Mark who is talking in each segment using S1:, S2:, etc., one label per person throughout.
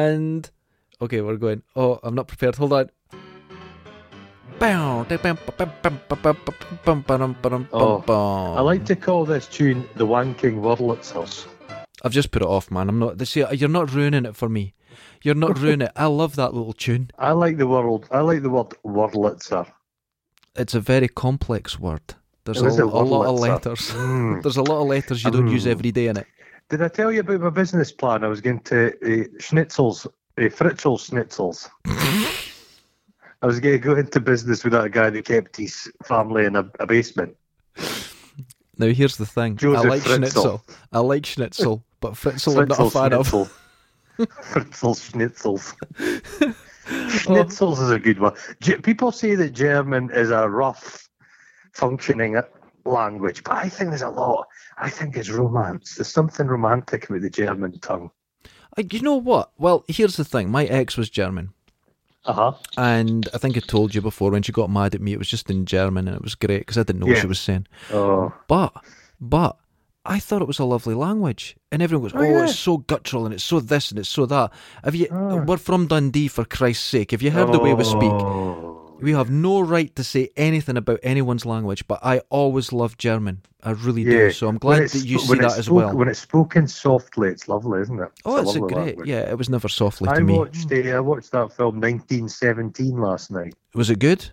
S1: And okay, we're going. Oh, I'm not prepared. Hold on. Oh,
S2: I like to call this tune the Wanking Wordlets House.
S1: I've just put it off, man. I'm not. See, you're not ruining it for me. You're not ruining it. I love that little tune.
S2: I like the world. I like the word wordlitzer.
S1: It's a very complex word. There's a,
S2: It is
S1: a
S2: a word,
S1: lot of
S2: let's
S1: letters.
S2: Mm.
S1: There's a lot of letters you don't use
S2: Mm.
S1: every day in it.
S2: Did I tell you about my business plan? I was going to uh, schnitzels, uh, Fritzl schnitzels. I was going to go into business with that guy that kept his family in a, a basement.
S1: Now here's the thing. I
S2: Joseph
S1: like
S2: Fritzl.
S1: schnitzel. I like schnitzel, but Fritzl I'm not a fan of.
S2: schnitzel. Fritzl schnitzels.
S1: Oh.
S2: Schnitzels is a good one. Ge- people say that German is a rough functioning language, but I think there's a lot. I think it's romance. There's something romantic about the German tongue.
S1: I, you know what? Well, here's the thing. My ex was German,
S2: Uh huh.
S1: and I think I told you before when she got mad at me, it was just in German, and it was great because I didn't know what
S2: Yeah.
S1: she was saying.
S2: Oh.
S1: But, but I thought it was a lovely language, and everyone goes, "Oh,
S2: Oh, yeah.
S1: it's so guttural, and it's so this, and it's so that." Have you?
S2: Ah. Oh.
S1: We're from Dundee, for Christ's sake. If you heard the way we speak,
S2: speak.
S1: we have no right to say anything about anyone's language. But I always loved German. I really do. So I'm glad that you see that as well.
S2: When it's spoken softly, it's lovely, isn't it?
S1: oh, it's a
S2: lovely
S1: great.
S2: language.
S1: Yeah, it was never softly
S2: I
S1: to me.
S2: watched. Uh, I watched that film 1917 last night.
S1: Was it good?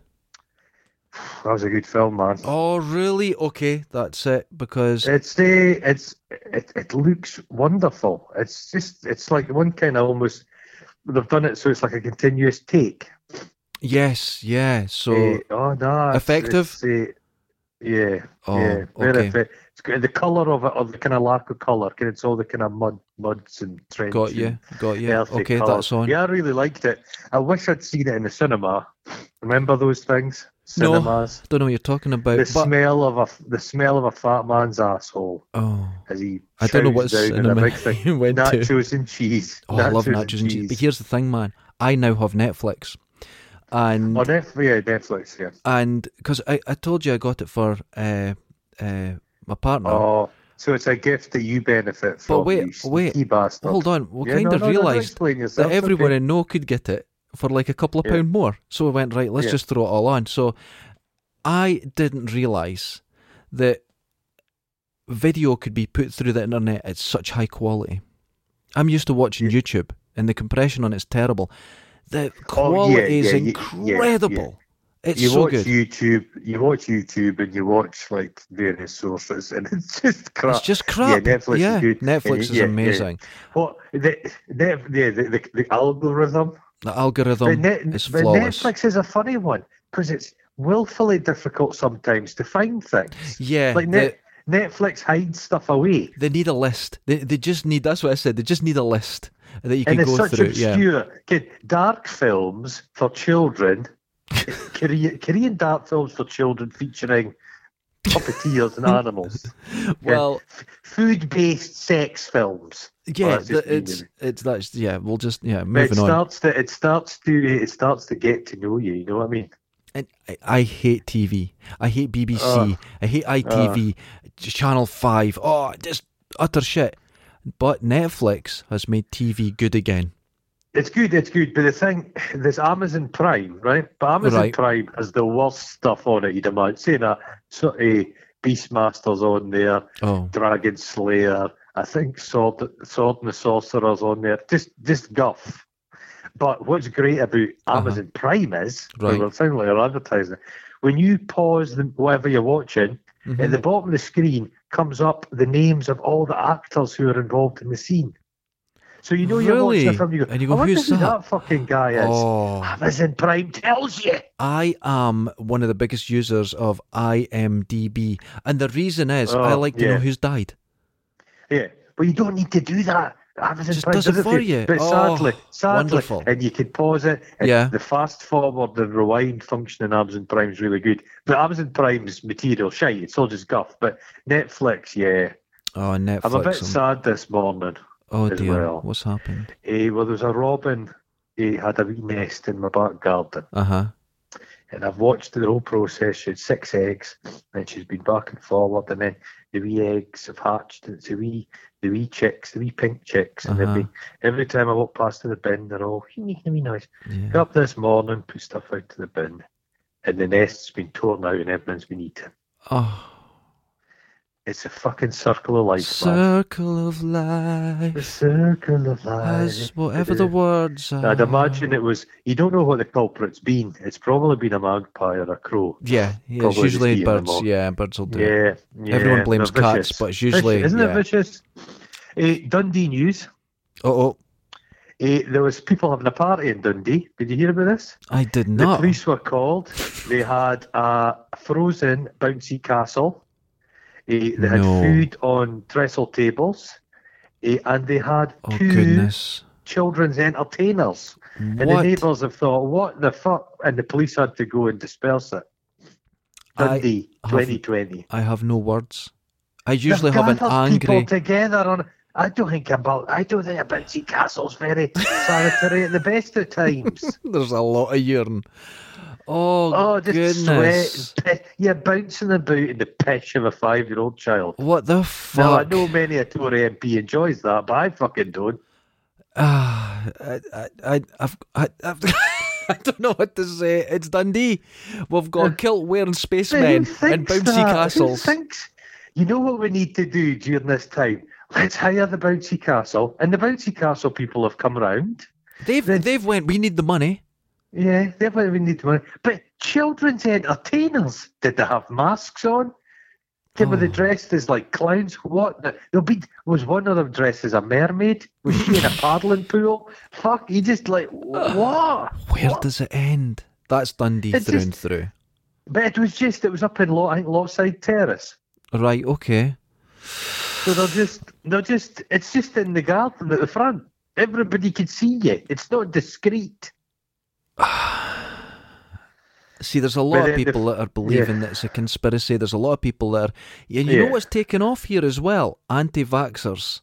S2: That was a good film, man.
S1: Oh, really? Okay, that's it. Because
S2: It's uh, it's it, it looks wonderful. It's just it's like one kind of almost they've done it so it's like a continuous take.
S1: yes, yeah. So
S2: Eh, oh no, it's-
S1: effective?
S2: it's, eh, yeah,
S1: oh,
S2: yeah, very
S1: okay,
S2: effective. It's got the color of it, or the kind of lack of color, kind it's all the kind of mud, muds and trenches.
S1: got you, got you.
S2: earthy
S1: Okay,
S2: colours.
S1: that's on.
S2: Yeah, I really liked it. I wish I'd seen it in the cinema. Remember those things?
S1: No,
S2: Cinemas.
S1: Don't know what you're talking about.
S2: the
S1: but-
S2: smell of a f- the smell of a fat man's asshole
S1: oh,
S2: as he
S1: I don't know what
S2: chows down in a
S1: cinema
S2: big thing.
S1: you went to.
S2: nachos and cheese.
S1: Oh, I love nachos and cheese. But here's the thing, man. I now have Netflix, and
S2: On Netflix, yeah, Netflix, yeah.
S1: and because I, I told you I got it for uh, uh, my partner.
S2: Oh, so it's a gift that you benefit from.
S1: wait,
S2: you sneaky
S1: wait.
S2: bastard.
S1: Hold on, we
S2: Yeah,
S1: kind
S2: no,
S1: of
S2: no, no, no,
S1: realised
S2: explain
S1: that
S2: yourself,
S1: everyone
S2: okay.
S1: I know could get it for like a couple of
S2: Yeah.
S1: pound more. So we went right. Let's
S2: Yeah.
S1: just throw it all on. So I didn't realise that video could be put through the internet at such high quality. I'm used to watching YouTube, and the compression on it's terrible. The quality is
S2: Oh, yeah, yeah, yeah.
S1: incredible. It's
S2: you
S1: so
S2: watch
S1: good.
S2: YouTube, you watch YouTube, and you watch like various sources, and it's just crap.
S1: It's just crap.
S2: Yeah, Netflix is good.
S1: Netflix
S2: Yeah,
S1: is
S2: yeah, yeah.
S1: amazing.
S2: What the the the, the, the, the algorithm?
S1: The
S2: But,
S1: algorithm
S2: Net-
S1: is
S2: but
S1: flawless.
S2: Netflix is a funny one because it's willfully difficult sometimes to find things.
S1: yeah,
S2: like
S1: the-
S2: Net- Netflix hides stuff away.
S1: They need a list. They they just need. That's what I said. They just need a list that you can
S2: and it's
S1: go
S2: such
S1: through. Yeah.
S2: obscure. Kid, dark films for children, Korean, Korean dark films for children featuring puppeteers and animals.
S1: Well,
S2: Food based sex films.
S1: yeah.
S2: that's just
S1: the-
S2: me,
S1: it's
S2: really.
S1: it's that's yeah. We'll just yeah.
S2: But It
S1: Moving on.
S2: starts to it starts to it starts to get to know you, you know what I mean?
S1: And I, I hate TV. I hate BBC.
S2: Ugh.
S1: I hate ITV. Channel Five. Oh, just utter shit. But Netflix has made TV good again.
S2: It's good, it's good. But the thing there's Amazon Prime, right? But Amazon
S1: Right.
S2: Prime has the worst stuff on it, you'd imagine. Saying that sort of Beastmasters on there,
S1: Oh,
S2: Dragon Slayer. I think Sword, Sword and the Sorcerer's on there. Just, just guff. But what's great about Amazon Prime is,
S1: Uh-huh. Right.
S2: right. we're finally are advertising. it, When you pause the, whatever you're watching, at
S1: mhm.
S2: the bottom of the screen comes up the names of all the actors who are involved in the scene. So you know you're watching
S1: Really?
S2: a film. You go,
S1: And you go,
S2: I wonder
S1: "Who's
S2: who that?
S1: that?"
S2: fucking guy is.
S1: oh.
S2: Amazon Prime tells you.
S1: I am one of the biggest users of IMDb, and the reason is I
S2: Oh,
S1: like to know
S2: yeah.
S1: who's died.
S2: Yeah, but you don't need to do that. Amazon
S1: Just
S2: Prime
S1: does it for you.
S2: But
S1: Oh,
S2: sadly, sadly,
S1: wonderful.
S2: and you can pause it. and
S1: Yeah.
S2: The fast forward, the rewind function in Amazon Prime is really good. But Amazon Prime's material, shite, it's all just guff. But Netflix, yeah.
S1: Oh, Netflix.
S2: I'm a bit
S1: I'm-
S2: sad this morning.
S1: Oh
S2: as
S1: dear,
S2: well.
S1: what's happened?
S2: Eh, well, there's a robin. He had a wee nest in my back garden.
S1: Uh huh.
S2: and I've watched the whole process. She had six eggs, and she's been back and forward, and then the wee eggs have hatched, and it's the wee, the wee chicks, the wee pink chicks, and
S1: Uh-huh.
S2: every every time I walk past to the bin, they're all making a wee noise.
S1: Yeah.
S2: Got up this morning, put stuff out to the bin, and the nest's been torn out, and everything's been eaten.
S1: Oh,
S2: It's a fucking circle of life. man.
S1: circle of
S2: The
S1: life.
S2: circle of
S1: As
S2: life.
S1: whatever the words uh, are.
S2: Uh, I'd imagine it was. You don't know what the culprit's been. It's probably been a magpie or a crow.
S1: Yeah, yeah it's
S2: Probably just
S1: usually
S2: eating them
S1: birds.
S2: all.
S1: Yeah, birds will do it.
S2: Yeah, yeah,
S1: Everyone
S2: they're
S1: blames cats,
S2: vicious.
S1: but it's usually.
S2: Vicious. isn't
S1: yeah.
S2: it vicious? Eh, Dundee news.
S1: Oh, oh,
S2: Eh, there was people having a party in Dundee. Did you hear about this?
S1: I did
S2: The
S1: not.
S2: police were called. They had a frozen bouncy castle. Eh, they had
S1: No.
S2: food on trestle tables. Eh, and they had
S1: Oh,
S2: two
S1: goodness.
S2: children's entertainers. And the
S1: What?
S2: neighbours have thought, what the fuck? And the police had to go and disperse it.
S1: I
S2: Dundee,
S1: have-
S2: 2020.
S1: I have no words. I usually have an
S2: They've gathered
S1: angry.
S2: people together on. I don't think about. I don't think a bouncy castle's very sanitary at the best of times.
S1: There's a lot of urine. Oh,
S2: oh, just
S1: goodness.
S2: sweat. And piss. You're bouncing about in the piss of a five-year-old child.
S1: What the
S2: Now I
S1: fuck?
S2: know many a Tory MP enjoys that, but I fucking don't.
S1: Ah, I, I, I, I've, I, I've, I don't know what to say. It's Dundee. We've got kilt wearing spacemen
S2: Who
S1: and
S2: thinks
S1: bouncy
S2: that?
S1: castles.
S2: Who thinks? You know what we need to do during this time? Let's hire the bouncy castle, and the bouncy castle people have come round.
S1: They've,
S2: They-
S1: they've went. We need the money.
S2: Yeah, definitely we need money. But children's entertainers, did they have masks on? They were they
S1: Oh.
S2: dressed as like clowns? What? The, there'll be was one of them dressed as a mermaid? Was she in a paddling pool? Fuck, you just like what?
S1: Where
S2: What?
S1: does it end? That's Dundee
S2: It's
S1: through
S2: just-
S1: and through.
S2: But it was just it was up in Law, I think Lawside Terrace.
S1: Right. Okay.
S2: So they're just they're just it's just in the garden at the front. Everybody can see you. It's not discreet.
S1: See, there's a lot of
S2: then the-
S1: people that are believing that it's a conspiracy. There's a lot of people that are. Yeah, you know
S2: Yeah.
S1: what's taken off here as well? Anti vaxxers.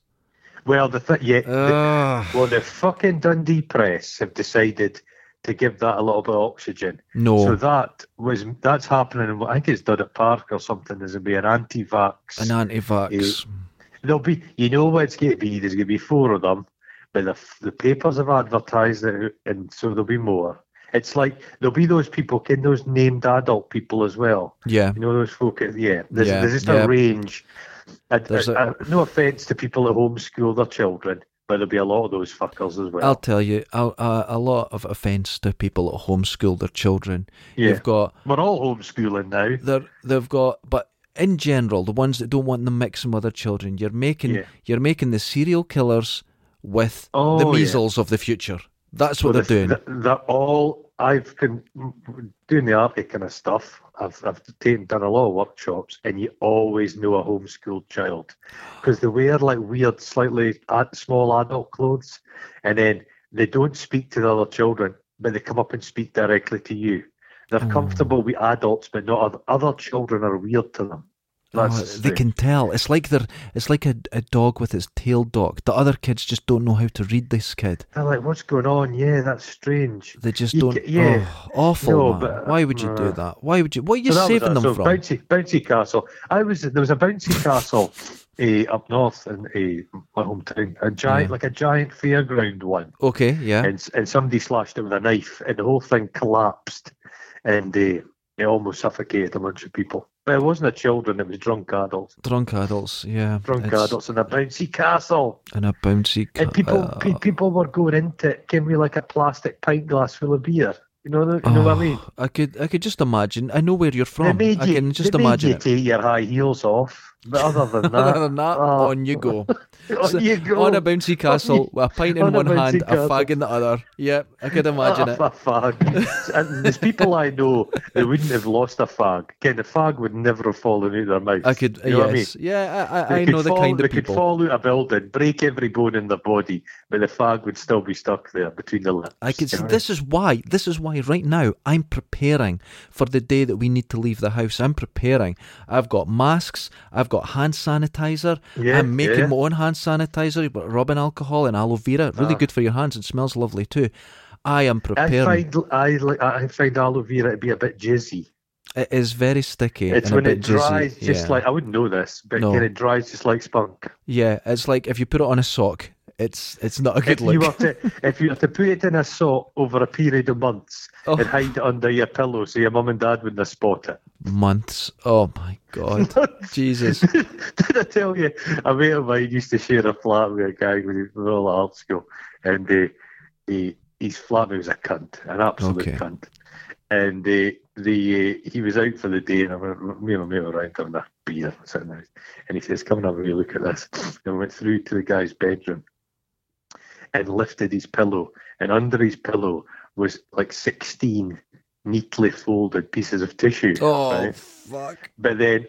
S2: Well, the th- yeah, the-
S1: Uh,
S2: Well, the fucking Dundee Press have decided to give that a little bit of oxygen.
S1: no.
S2: So that was that's happening. in- I think it's done at Park or something. There's gonna be an anti-vax.
S1: An anti vax.
S2: There'll be, you know, what it's gonna be. There's gonna be four of them, but the f- the papers have advertised it, and so there'll be more. It's like there'll be those people, can those named adult people as well.
S1: Yeah.
S2: You know, those folk. uh, Yeah, there's,
S1: Yeah,
S2: there's just
S1: yeah.
S2: a range. I,
S1: There's
S2: I- I- no offense to people that homeschool their children, but there'll be a lot of those fuckers as well.
S1: I'll tell you, I'll, uh, a lot of offence to people that homeschool their children.
S2: Yeah.
S1: You've got
S2: We're all homeschooling now.
S1: they're, they've got, but in general, the ones that don't want them mixing with their children, you're making
S2: Yeah.
S1: you're making the serial killers with the
S2: Oh, yeah.
S1: measles of the future. That's what
S2: Well,
S1: they're doing.
S2: th- th- They're all. I've been doing the Arctic kind of stuff. I've I've taken, done a lot of workshops, and you always know a homeschooled child because they wear like weird, slightly ad- small adult clothes, and then they don't speak to the other children, but they come up and speak directly to you. They're
S1: Oh.
S2: comfortable with adults, but not other, other children are weird to them. That's
S1: Oh,
S2: the
S1: they
S2: thing.
S1: can tell. It's like they're it's like a, a dog with its tail docked. The other kids just don't know how to read this kid.
S2: They're like, "What's going on? Yeah, that's strange."
S1: They just
S2: You
S1: don't.
S2: ca- yeah.
S1: oh, awful.
S2: No,
S1: man.
S2: but,
S1: Why would you do
S2: uh,
S1: that? Why would you? What are you
S2: So that was
S1: saving
S2: it.
S1: them
S2: So
S1: from?
S2: Bouncy, bouncy castle. I was there was a bouncy castle eh, up north in eh, my hometown. A giant,
S1: Yeah.
S2: like a giant fairground one,
S1: Okay, Mm. yeah.
S2: and and somebody slashed it with a knife, and the whole thing collapsed, and eh, it almost suffocated a bunch of people. But it wasn't a children; it was drunk adults.
S1: Drunk adults, yeah.
S2: Drunk
S1: It's-
S2: adults in a bouncy castle,
S1: And a bouncy. Ca-
S2: and people
S1: uh,
S2: pe- people were going into it, came with like a plastic pint glass full of beer. You know, the- you know what I
S1: oh,
S2: mean?
S1: I could, I could just imagine. I know where you're
S2: They
S1: from.
S2: made
S1: I
S2: you-
S1: can just
S2: they made
S1: imagine
S2: you
S1: it.
S2: take your high heels off, but other than that,
S1: Other than that,
S2: Oh.
S1: on you go.
S2: Oh,
S1: So,
S2: you go.
S1: On a bouncy castle with a pint in
S2: on a
S1: one hand,
S2: bouncy
S1: a fag
S2: castle.
S1: in the other. Yeah, I could imagine
S2: Ah,
S1: it.
S2: a fag. And There's people I know that wouldn't have lost a fag. Again, the fag would never have fallen out of their mouth.
S1: I could,
S2: You know what I mean?
S1: yes, yeah, I, I,
S2: They
S1: I
S2: could
S1: know the
S2: fall-
S1: kind
S2: they
S1: of people.
S2: could fall out a building, break every bone in their body, but the fag would still be stuck there between the lips.
S1: I can
S2: You
S1: see
S2: know what
S1: this is why this is why right now I'm preparing for the day that we need to leave the house. I'm preparing. I've got masks, I've got hand sanitizer,
S2: Yeah,
S1: I'm making
S2: yeah.
S1: my own hand sanitizer, but rubbing alcohol and aloe vera. Really
S2: Ah.
S1: good for your hands and smells lovely too. I am
S2: I
S1: preparing.
S2: find I li- I find aloe vera to be a bit jizzy.
S1: It is very sticky.
S2: It's
S1: and
S2: when
S1: a bit
S2: it dries,
S1: jizzy.
S2: just
S1: yeah.
S2: like I wouldn't know this, but
S1: No.
S2: when it dries, just like spunk.
S1: Yeah, it's like if you put it on a sock, it's it's not a good
S2: if you were
S1: look.
S2: to if you were to put it in a sock over a period of months
S1: Oh.
S2: and hide it under your pillow so your mum and dad wouldn't have spot it.
S1: Months. Oh my god. Jesus.
S2: Did I tell you a mate of mine used to share a flat with a guy when he was all at art school and uh, he his flatmate was a cunt, an absolute
S1: Okay.
S2: cunt. And uh, the uh, he was out for the day and I went, me and my mate were around having a beer sitting there. and he says, Come and have a wee look at this and we went through to the guy's bedroom and lifted his pillow and under his pillow was like sixteen neatly folded pieces of tissue.
S1: Oh
S2: right?
S1: fuck.
S2: But then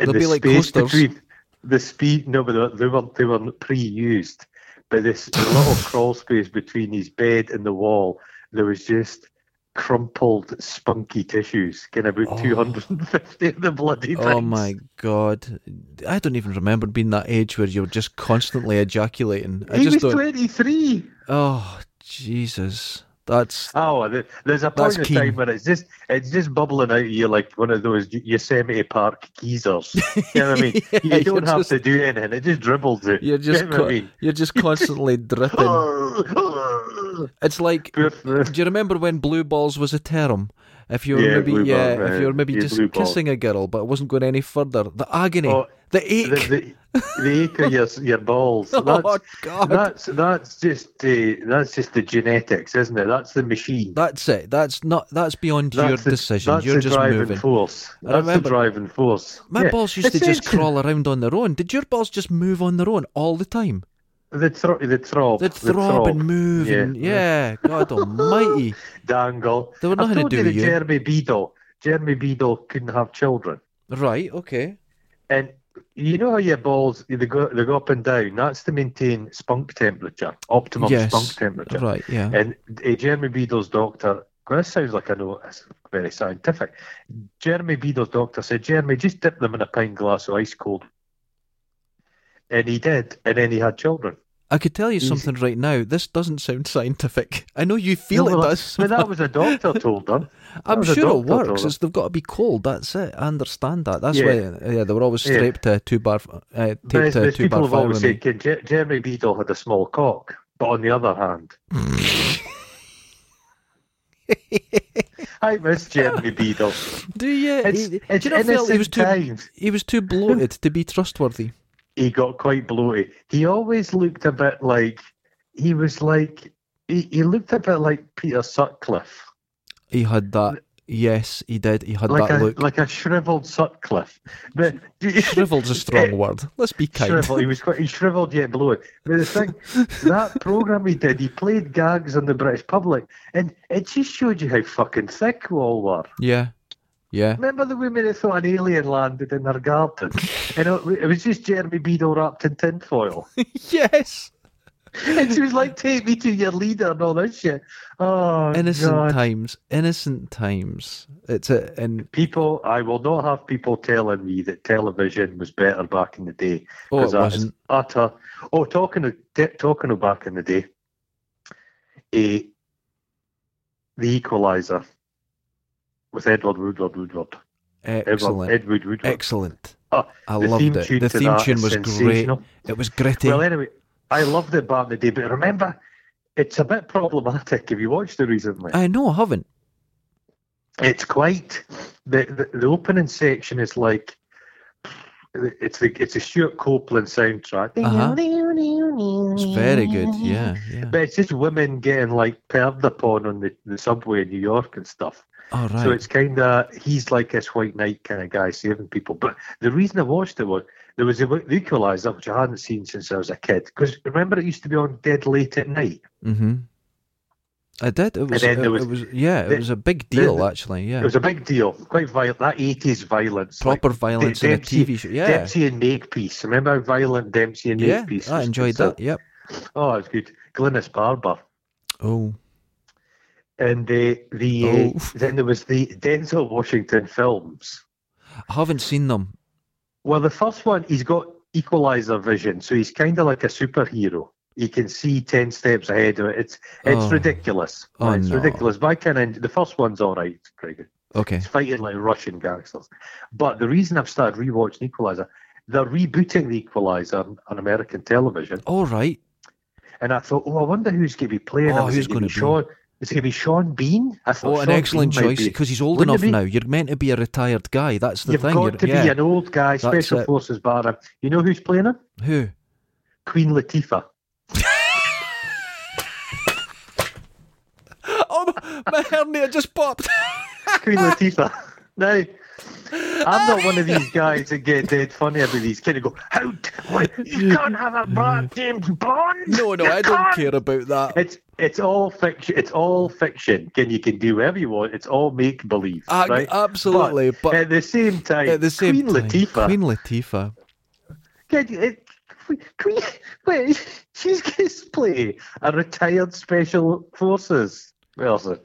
S2: in
S1: They'll
S2: the
S1: be like
S2: space
S1: coasters.
S2: between the speed, no, but they- they weren't they weren't pre-used. But this little crawl space between his bed and the wall, there was just crumpled, spunky tissues, kind of about
S1: Oh.
S2: 250 of the bloody
S1: Oh
S2: things.
S1: my god. I don't even remember being that age where you're just constantly ejaculating. I
S2: he
S1: just don't
S2: was 23.
S1: Oh Jesus. That's
S2: Oh, there- there's a point
S1: That's
S2: in
S1: keen.
S2: time where it's just it's just bubbling out of you like one of those Yosemite Park geezers. you know what I mean?
S1: Yeah,
S2: you
S1: you're
S2: don't have
S1: just-
S2: to do anything; it just dribbles out.
S1: you're just
S2: you know what
S1: co-
S2: I mean?
S1: you're just constantly dripping. It's like do you remember when blue balls was a term? If you were
S2: Yeah,
S1: maybe
S2: blue
S1: yeah,
S2: ball,
S1: if you were
S2: uh,
S1: maybe
S2: yeah,
S1: just
S2: blue ball.
S1: kissing a girl, but it wasn't going any further. The agony,
S2: Oh,
S1: the ache.
S2: the, the, the ache of your, your balls. That's,
S1: oh God,
S2: that's that's just uh, that's just the genetics, isn't it? That's the machine.
S1: that's it. That's not. That's beyond your
S2: That's the,
S1: decision.
S2: That's
S1: You're
S2: the
S1: just
S2: driving
S1: moving.
S2: force.
S1: I
S2: That's
S1: remember-
S2: the driving force.
S1: My
S2: Yeah.
S1: balls used to just
S2: Essentially,
S1: crawl around on their own. Did your balls just move on their own all the time?
S2: The, thro- the throb.
S1: They'd throb, and move. Yeah,
S2: Yeah.
S1: and, yeah God Almighty.
S2: Dangle.
S1: They were
S2: I've
S1: nothing to
S2: told
S1: do
S2: you
S1: with
S2: that
S1: you,
S2: Jeremy Beadle. Jeremy Beadle couldn't have children.
S1: right? Okay.
S2: And you know how your balls they go they go up and down. That's to maintain spunk temperature, optimum
S1: Yes.
S2: spunk temperature.
S1: Right. Yeah.
S2: And uh, Jeremy Beadle's doctor, well, this sounds like I know it's very scientific. Jeremy Beadle's doctor said, Jeremy, just dip them in a pint glass of ice cold. And he did, and then he had children.
S1: I could tell you
S2: Easy.
S1: something right now. This doesn't sound scientific. I know you feel
S2: No,
S1: it
S2: well,
S1: does.
S2: But that was a doctor told them.
S1: I'm
S2: was a
S1: sure it
S2: doctor told
S1: works.
S2: her.
S1: It's, they've got to be cold. That's it. I understand that. That's
S2: Yeah.
S1: why. Yeah, they were always
S2: Yeah.
S1: straight to two bar, uh, taped
S2: There's,
S1: to a
S2: there's
S1: two
S2: people
S1: bar
S2: have
S1: fire.
S2: always
S1: with me.
S2: said "Can Jer- Jeremy Beadle had a small cock, but on the other hand, I miss Jeremy Beadle.
S1: Do you?
S2: It's,
S1: he,
S2: it's
S1: do you not feel he was
S2: innocent
S1: too?
S2: times.
S1: He was too bloated to be trustworthy.
S2: he got quite bloated. He always looked a bit like he was like he, he looked a bit like Peter Sutcliffe,
S1: He had that. Yes, he did. He had
S2: like
S1: that
S2: a
S1: look.
S2: like a shriveled Sutcliffe. But
S1: Shrivel's a strong word. Let's be kind.
S2: Shrivel, he was quite he shriveled yet bloated. But the thing, that program he did, he played gags on the British public, and it just showed you how fucking thick we all were.
S1: Yeah, yeah.
S2: Remember the women that thought an alien landed in their garden, and it, it was just Jeremy Beadle wrapped in tinfoil.
S1: yes.
S2: and she was like, "Take me to your leader and all that shit." Oh,
S1: Innocent
S2: God.
S1: times. Innocent times. It's a and
S2: people. I will not have people telling me that television was better back in the day
S1: oh, it
S2: that is
S1: wasn't.
S2: utter. Oh, talking of t- talking of back in the day, eh, the Equalizer with Edward Woodward Woodward.
S1: Excellent.
S2: Edward, Edward Woodward.
S1: Excellent.
S2: Oh,
S1: I
S2: the
S1: loved
S2: theme
S1: it.
S2: tune
S1: The
S2: to
S1: theme
S2: that
S1: tune
S2: is
S1: was great.
S2: sensational.
S1: It was gritty.
S2: Well, anyway, I loved it back in the day, but remember, it's a bit problematic. Have you watched it recently?
S1: I know I haven't.
S2: it's quite the, the the opening section is like it's the it's a Stuart Copeland soundtrack.
S1: Uh-huh.
S2: It's
S1: It's very good. Yeah, yeah.
S2: But it's just women getting like perved upon on the, the subway in New York and stuff.
S1: All right.
S2: So it's kind of he's like this white knight kind of guy saving people. But the reason I watched it was there was a the Equalizer which I hadn't seen since I was a kid. Because remember it used to be on dead late at night.
S1: mm-hmm. I did. It was,
S2: then
S1: it,
S2: there was-
S1: it was. Yeah, it
S2: the-
S1: was a big deal
S2: the-
S1: actually. Yeah.
S2: It was a big deal. Quite violent. That eighties violence. like
S1: Proper violence in a
S2: Dempsey-
S1: TV show. Yeah.
S2: Dempsey and Makepeace. Remember how violent Dempsey and
S1: yeah.
S2: Makepeace
S1: I
S2: was?
S1: enjoyed that. Yep.
S2: Oh, it's good. Glynis Barber.
S1: Oh.
S2: And uh, the uh,
S1: Oh.
S2: then there was the Denzel Washington films.
S1: I haven't seen them.
S2: Well, the first one, he's got equalizer vision, so he's kind of like a superhero. you can see ten steps ahead of it. It's it's
S1: Oh.
S2: ridiculous.
S1: Oh,
S2: it's
S1: no.
S2: ridiculous. My kind of the first one's all right, it's pretty good.
S1: Okay.
S2: It's fighting like Russian gangsters. But the reason I've started rewatching Equalizer, they're rebooting the Equalizer on, on American television,
S1: All right.
S2: and I thought, oh, I wonder who's going to be playing. him.
S1: Oh,
S2: Is it
S1: who's
S2: gonna
S1: gonna
S2: be
S1: be?
S2: Sean? Is it going to be Sean Bean? I thought
S1: Oh, an
S2: Sean
S1: excellent
S2: Bean might
S1: choice
S2: be-
S1: because he's old
S2: Wouldn't
S1: enough
S2: it be?
S1: now. You're meant to be a retired guy. That's the
S2: You've
S1: thing.
S2: got to
S1: You're-
S2: be
S1: yeah.
S2: an old guy, Special
S1: it.
S2: Forces barra. You know who's playing him?
S1: Who?
S2: Queen Latifah.
S1: Oh, my hernia just popped.
S2: Queen Latifah. Now, I'm not one of these guys that get dead funny about these kids and go, How d- why- you can't have a black James Bond?
S1: no, no,
S2: You
S1: I don't
S2: can't."
S1: care about that.
S2: It's it's all fiction. It's all fiction. Can you can do whatever you want. It's all make believe,
S1: Ah,
S2: right?
S1: Absolutely, but,
S2: At the same time,
S1: at the same
S2: Queen
S1: time,
S2: Latifah.
S1: Queen Latifah.
S2: Can you, it, Queen, wait, she's going to play a retired special forces person.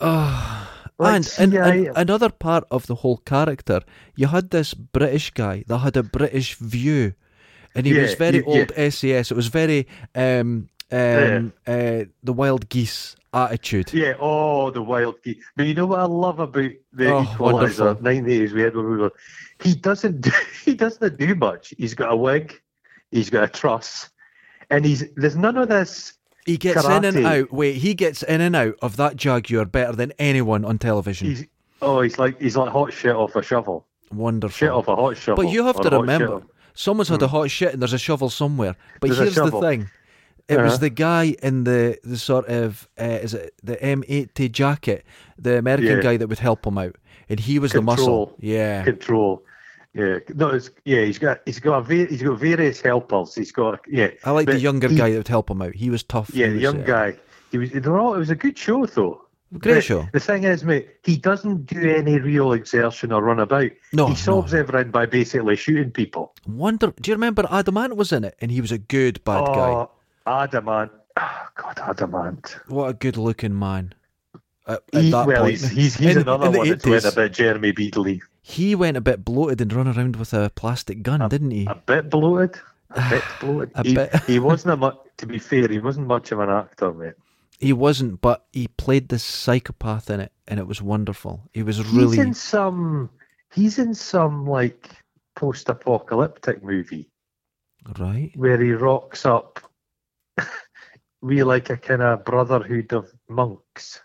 S1: Ah,
S2: Like
S1: and, and, and
S2: CIA.
S1: another part of the whole character, you had this British guy that had a British view, and he
S2: Yeah,
S1: was very
S2: yeah, yeah.
S1: old SAS. It was very um, um, uh, the wild geese attitude.
S2: Yeah, oh, the wild key. But you know what I love about the
S1: Oh,
S2: Equalizer
S1: wonderful.
S2: nine days we had when we were. He doesn't do, he doesn't do much. He's got a wig, he's got a truss, and he's there's none of this.
S1: He gets in and
S2: Karate.
S1: out. Wait, he gets in and out of that Jaguar better than anyone on television.
S2: He's oh, he's like he's like hot shit off a shovel,
S1: Wonderful.
S2: shit off a hot shovel.
S1: Oh. But you have
S2: or
S1: to
S2: a hot
S1: remember,
S2: shit- Hmm.
S1: someone's had a hot shit and there's a shovel somewhere. But
S2: There's a
S1: here's the
S2: shovel.
S1: thing. It
S2: Uh-huh.
S1: was the guy in the, the sort of uh, is it the M80 jacket, the American
S2: Yeah.
S1: guy that would help him out, and he was the
S2: Control.
S1: muscle. Yeah,
S2: control. Yeah, no, it's yeah. He's got he's got a, va- he's got various helpers. He's got yeah.
S1: I like the
S2: but
S1: younger
S2: he-
S1: guy that would help him out. He was tough.
S2: Yeah,
S1: he
S2: the
S1: was,
S2: young
S1: uh,
S2: guy. He was. they're all- It was a good show though.
S1: Great
S2: But
S1: show.
S2: The thing is, mate, he doesn't do any real exertion or run about.
S1: No,
S2: he solves
S1: no.
S2: everything by basically shooting people.
S1: Wonder. Do you remember Adamant was in it, and he was a good bad guy.
S2: oh, Adamant. Oh, God, Adamant.
S1: What a good looking man. At, at
S2: He,
S1: that
S2: well,
S1: point,
S2: he's, he's, he's
S1: In-
S2: another
S1: in the
S2: one that's went
S1: 80s.
S2: a bit Jeremy Beadley.
S1: he went a bit bloated and run around with a plastic
S2: Uh,
S1: gun, didn't he?
S2: A bit bloated. A bit bloated.
S1: A
S2: he,
S1: bit.
S2: he wasn't a much, to be fair, he wasn't much of an actor, mate.
S1: He wasn't, but he played this psychopath in it, and it was wonderful. He was
S2: He's
S1: really
S2: in some, he's in some, like, post apocalyptic movie.
S1: right.
S2: where he rocks up we like a kind of brotherhood of monks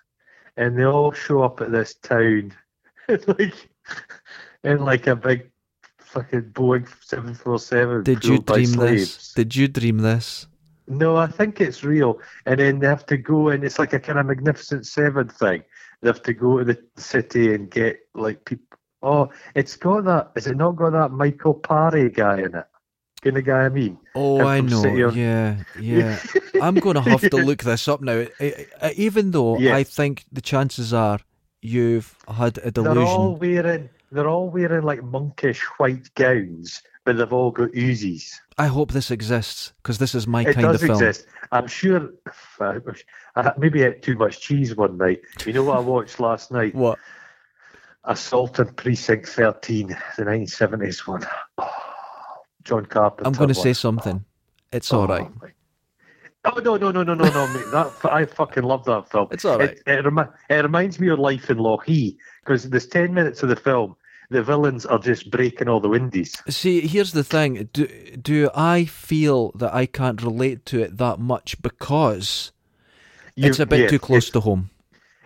S2: and they all show up at this town in like in like a big fucking Boeing 747
S1: Did you
S2: fueled by
S1: dream this?
S2: slaves.
S1: Did you dream this?
S2: no I think it's real and then they have to go and it's like a kind of magnificent seven thing they have to go to the city and get like people oh it's got that is it not got that Michael Parry guy in it you know the guy I mean
S1: Oh,
S2: Have
S1: I
S2: them
S1: know.
S2: sit here.
S1: Yeah, yeah. I'm going to have to look this up now. I- I- Even though
S2: Yeah.
S1: I think the chances are you've had a delusion.
S2: They're all wearing they're all wearing like monkish white gowns, but they've all got Uzis.
S1: I hope this exists because this is my
S2: It
S1: kind of
S2: does
S1: film.
S2: exist. I'm sure. I had- maybe I ate too much cheese one night. You know what I watched last night?
S1: What?
S2: Assault on Precinct 13, the 1970s one. Oh, John Carpenter.
S1: I'm going to say
S2: one. Oh,
S1: something. It's all right.
S2: my- Oh no no no no no no mate! That I fucking love that film.
S1: It's all right.
S2: It, it, remi- it reminds me of Life in Lochee because there's ten minutes of the film. The villains are just breaking all the windies.
S1: See, here's the thing. Do, do I feel that I can't relate to it that much because
S2: You-
S1: it's a bit
S2: yeah,
S1: too close
S2: It's,
S1: to home?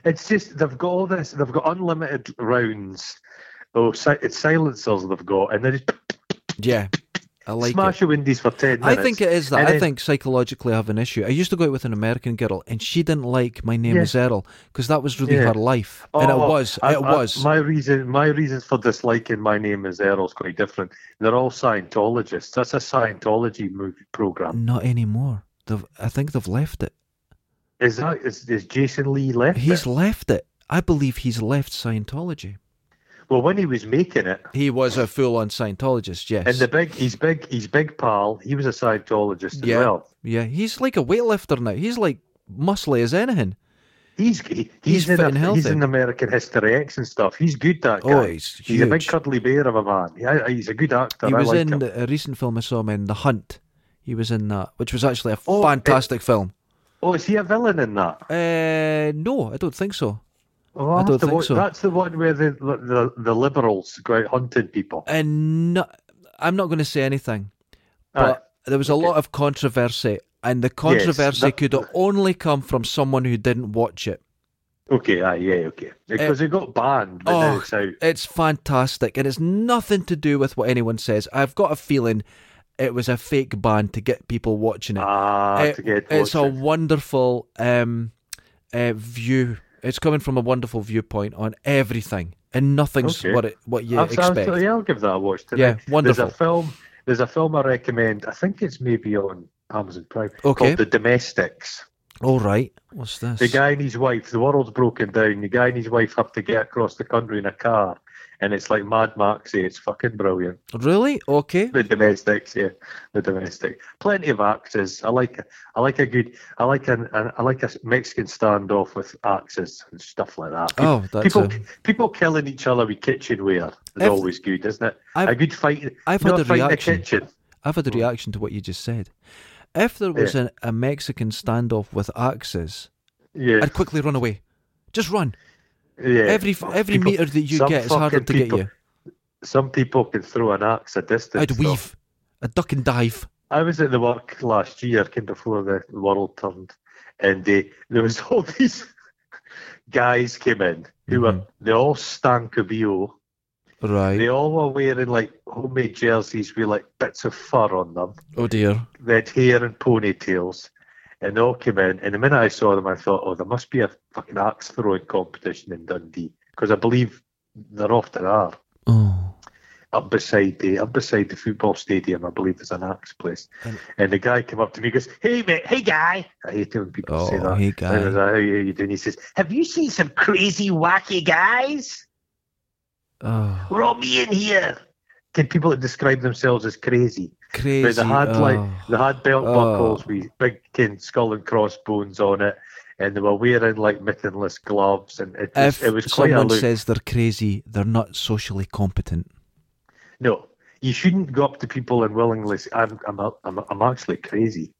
S2: it's just they've got all this. They've got unlimited rounds. Oh, si- it's silencers they've got, and they just
S1: Yeah, I like
S2: smash
S1: it.
S2: the windies for ten
S1: I
S2: minutes.
S1: think it is that.
S2: And
S1: I
S2: then-
S1: think psychologically I have an issue. I used to go out with an American girl, and she didn't like My Name
S2: Yeah.
S1: Is Errol because that was really
S2: Yeah.
S1: her life, and it
S2: Oh,
S1: was,
S2: I-
S1: it
S2: I-
S1: was.
S2: my reason. My reasons for disliking my name is Errol's quite different. They're all Scientologists. That's a Scientology movie program.
S1: Not anymore. They've, I think they've left it.
S2: Is that is, is Jason Lee left?
S1: He's
S2: it?
S1: left it. I believe he's left Scientology.
S2: well when he was making it,
S1: He was a full-on Scientologist. Yes.
S2: and the big he's big he's big pal. He was a Scientologist as
S1: Yeah.
S2: well.
S1: Yeah, he's like a weightlifter now. He's like muscly as anything.
S2: He's he, he's,
S1: He's
S2: in
S1: fit
S2: a-
S1: and
S2: he's
S1: healthy.
S2: in American History X and stuff. He's good that guy.
S1: Oh, he's
S2: a big
S1: huge.
S2: cuddly bear of a man. Yeah, he's a good actor.
S1: He
S2: I
S1: was
S2: like
S1: in
S2: him.
S1: the- a recent film I saw him in, The Hunt. He He was in that, which was actually a
S2: Oh, it-
S1: fantastic film.
S2: Oh, is he a villain in that?
S1: Uh, no, I don't think so.
S2: Oh, I'll
S1: I
S2: have
S1: don't
S2: to
S1: think
S2: watch-
S1: so.
S2: That's the one where the the, the liberals go out hunting people.
S1: And no, I'm not going to say anything.
S2: Aye.
S1: But there was a lot of controversy, and the controversy
S2: that-
S1: could only come from someone who didn't watch it.
S2: Okay, aye, yeah, okay. Because it got banned, but now
S1: Eh, Oh,
S2: it's out.
S1: it's fantastic, and it's nothing to do with what anyone says. I've got a feeling it was a fake ban to get people watching it.
S2: Ah,
S1: It-
S2: to get
S1: eh, it's a
S2: watched.
S1: wonderful um, uh, view. It's coming from a wonderful viewpoint on everything, and nothing's
S2: Okay.
S1: what it, what you
S2: Abs-
S1: expect.
S2: absolutely, I'll give that a watch today.
S1: Yeah, wonderful.
S2: There's a film. There's a film I recommend. I think it's maybe on Amazon Prime.
S1: Okay.
S2: Called The Domestics.
S1: All right, what's this?
S2: The guy and his wife. The world's broken down. The guy and his wife have to get across the country in a car, and it's like Mad Maxy. It's fucking brilliant.
S1: really okay.
S2: The Domestics, yeah. The Domestic. Plenty of axes. I like. I like a good. I like an. an I like a Mexican standoff with axes and stuff like that.
S1: Oh, that's
S2: people,
S1: a-
S2: people killing each other with kitchenware is
S1: I've-
S2: always good, isn't it?
S1: I've-
S2: a good fight.
S1: I've
S2: you know,
S1: had a
S2: fight in the
S1: reaction.
S2: kitchen.
S1: I've
S2: Oh.
S1: had a reaction to what you just said. If there was an a Mexican standoff with axes,
S2: Yeah,
S1: I'd quickly run away. Just run.
S2: yeah.
S1: every f- every
S2: People-
S1: meter that you
S2: some
S1: get is harder
S2: fucking
S1: to get
S2: people-
S1: you.
S2: Some people can throw an axe a distance.
S1: I'd
S2: though.
S1: weave, I'd duck and dive.
S2: I was at the work last year, kind of before the world turned, and they, there was all these guys came in who were they all stank of EO.
S1: Right.
S2: They all were wearing like homemade jerseys with like bits of fur on them.
S1: Oh dear.
S2: They had hair and ponytails. And they all came in, and the minute I saw them, I thought, "Oh, there must be a fucking axe throwing competition in Dundee," because I believe there often are.
S1: Oh.
S2: up beside the up beside the football stadium, I believe there's an axe place.
S1: And-
S2: And, the guy came up to me, he goes, "Hey mate, hey guy." I hate it when people say
S1: Oh,
S2: that.
S1: hey,
S2: I was
S1: guy.
S2: like, "How are you doing?" He says, "Have you seen some crazy wacky guys?
S1: Oh.
S2: We're all me in here." Can people that describe themselves as crazy? But
S1: Crazy.
S2: they had like
S1: oh.
S2: they had belt
S1: Oh.
S2: buckles with big kin skull and crossbones on it, and they were wearing like mittenless gloves, and it was,
S1: if
S2: it was quite a
S1: someone
S2: look.
S1: says they're crazy, they're not socially competent.
S2: no, you shouldn't go up to people and willingly. Say, I'm, I'm, I'm, I'm actually crazy.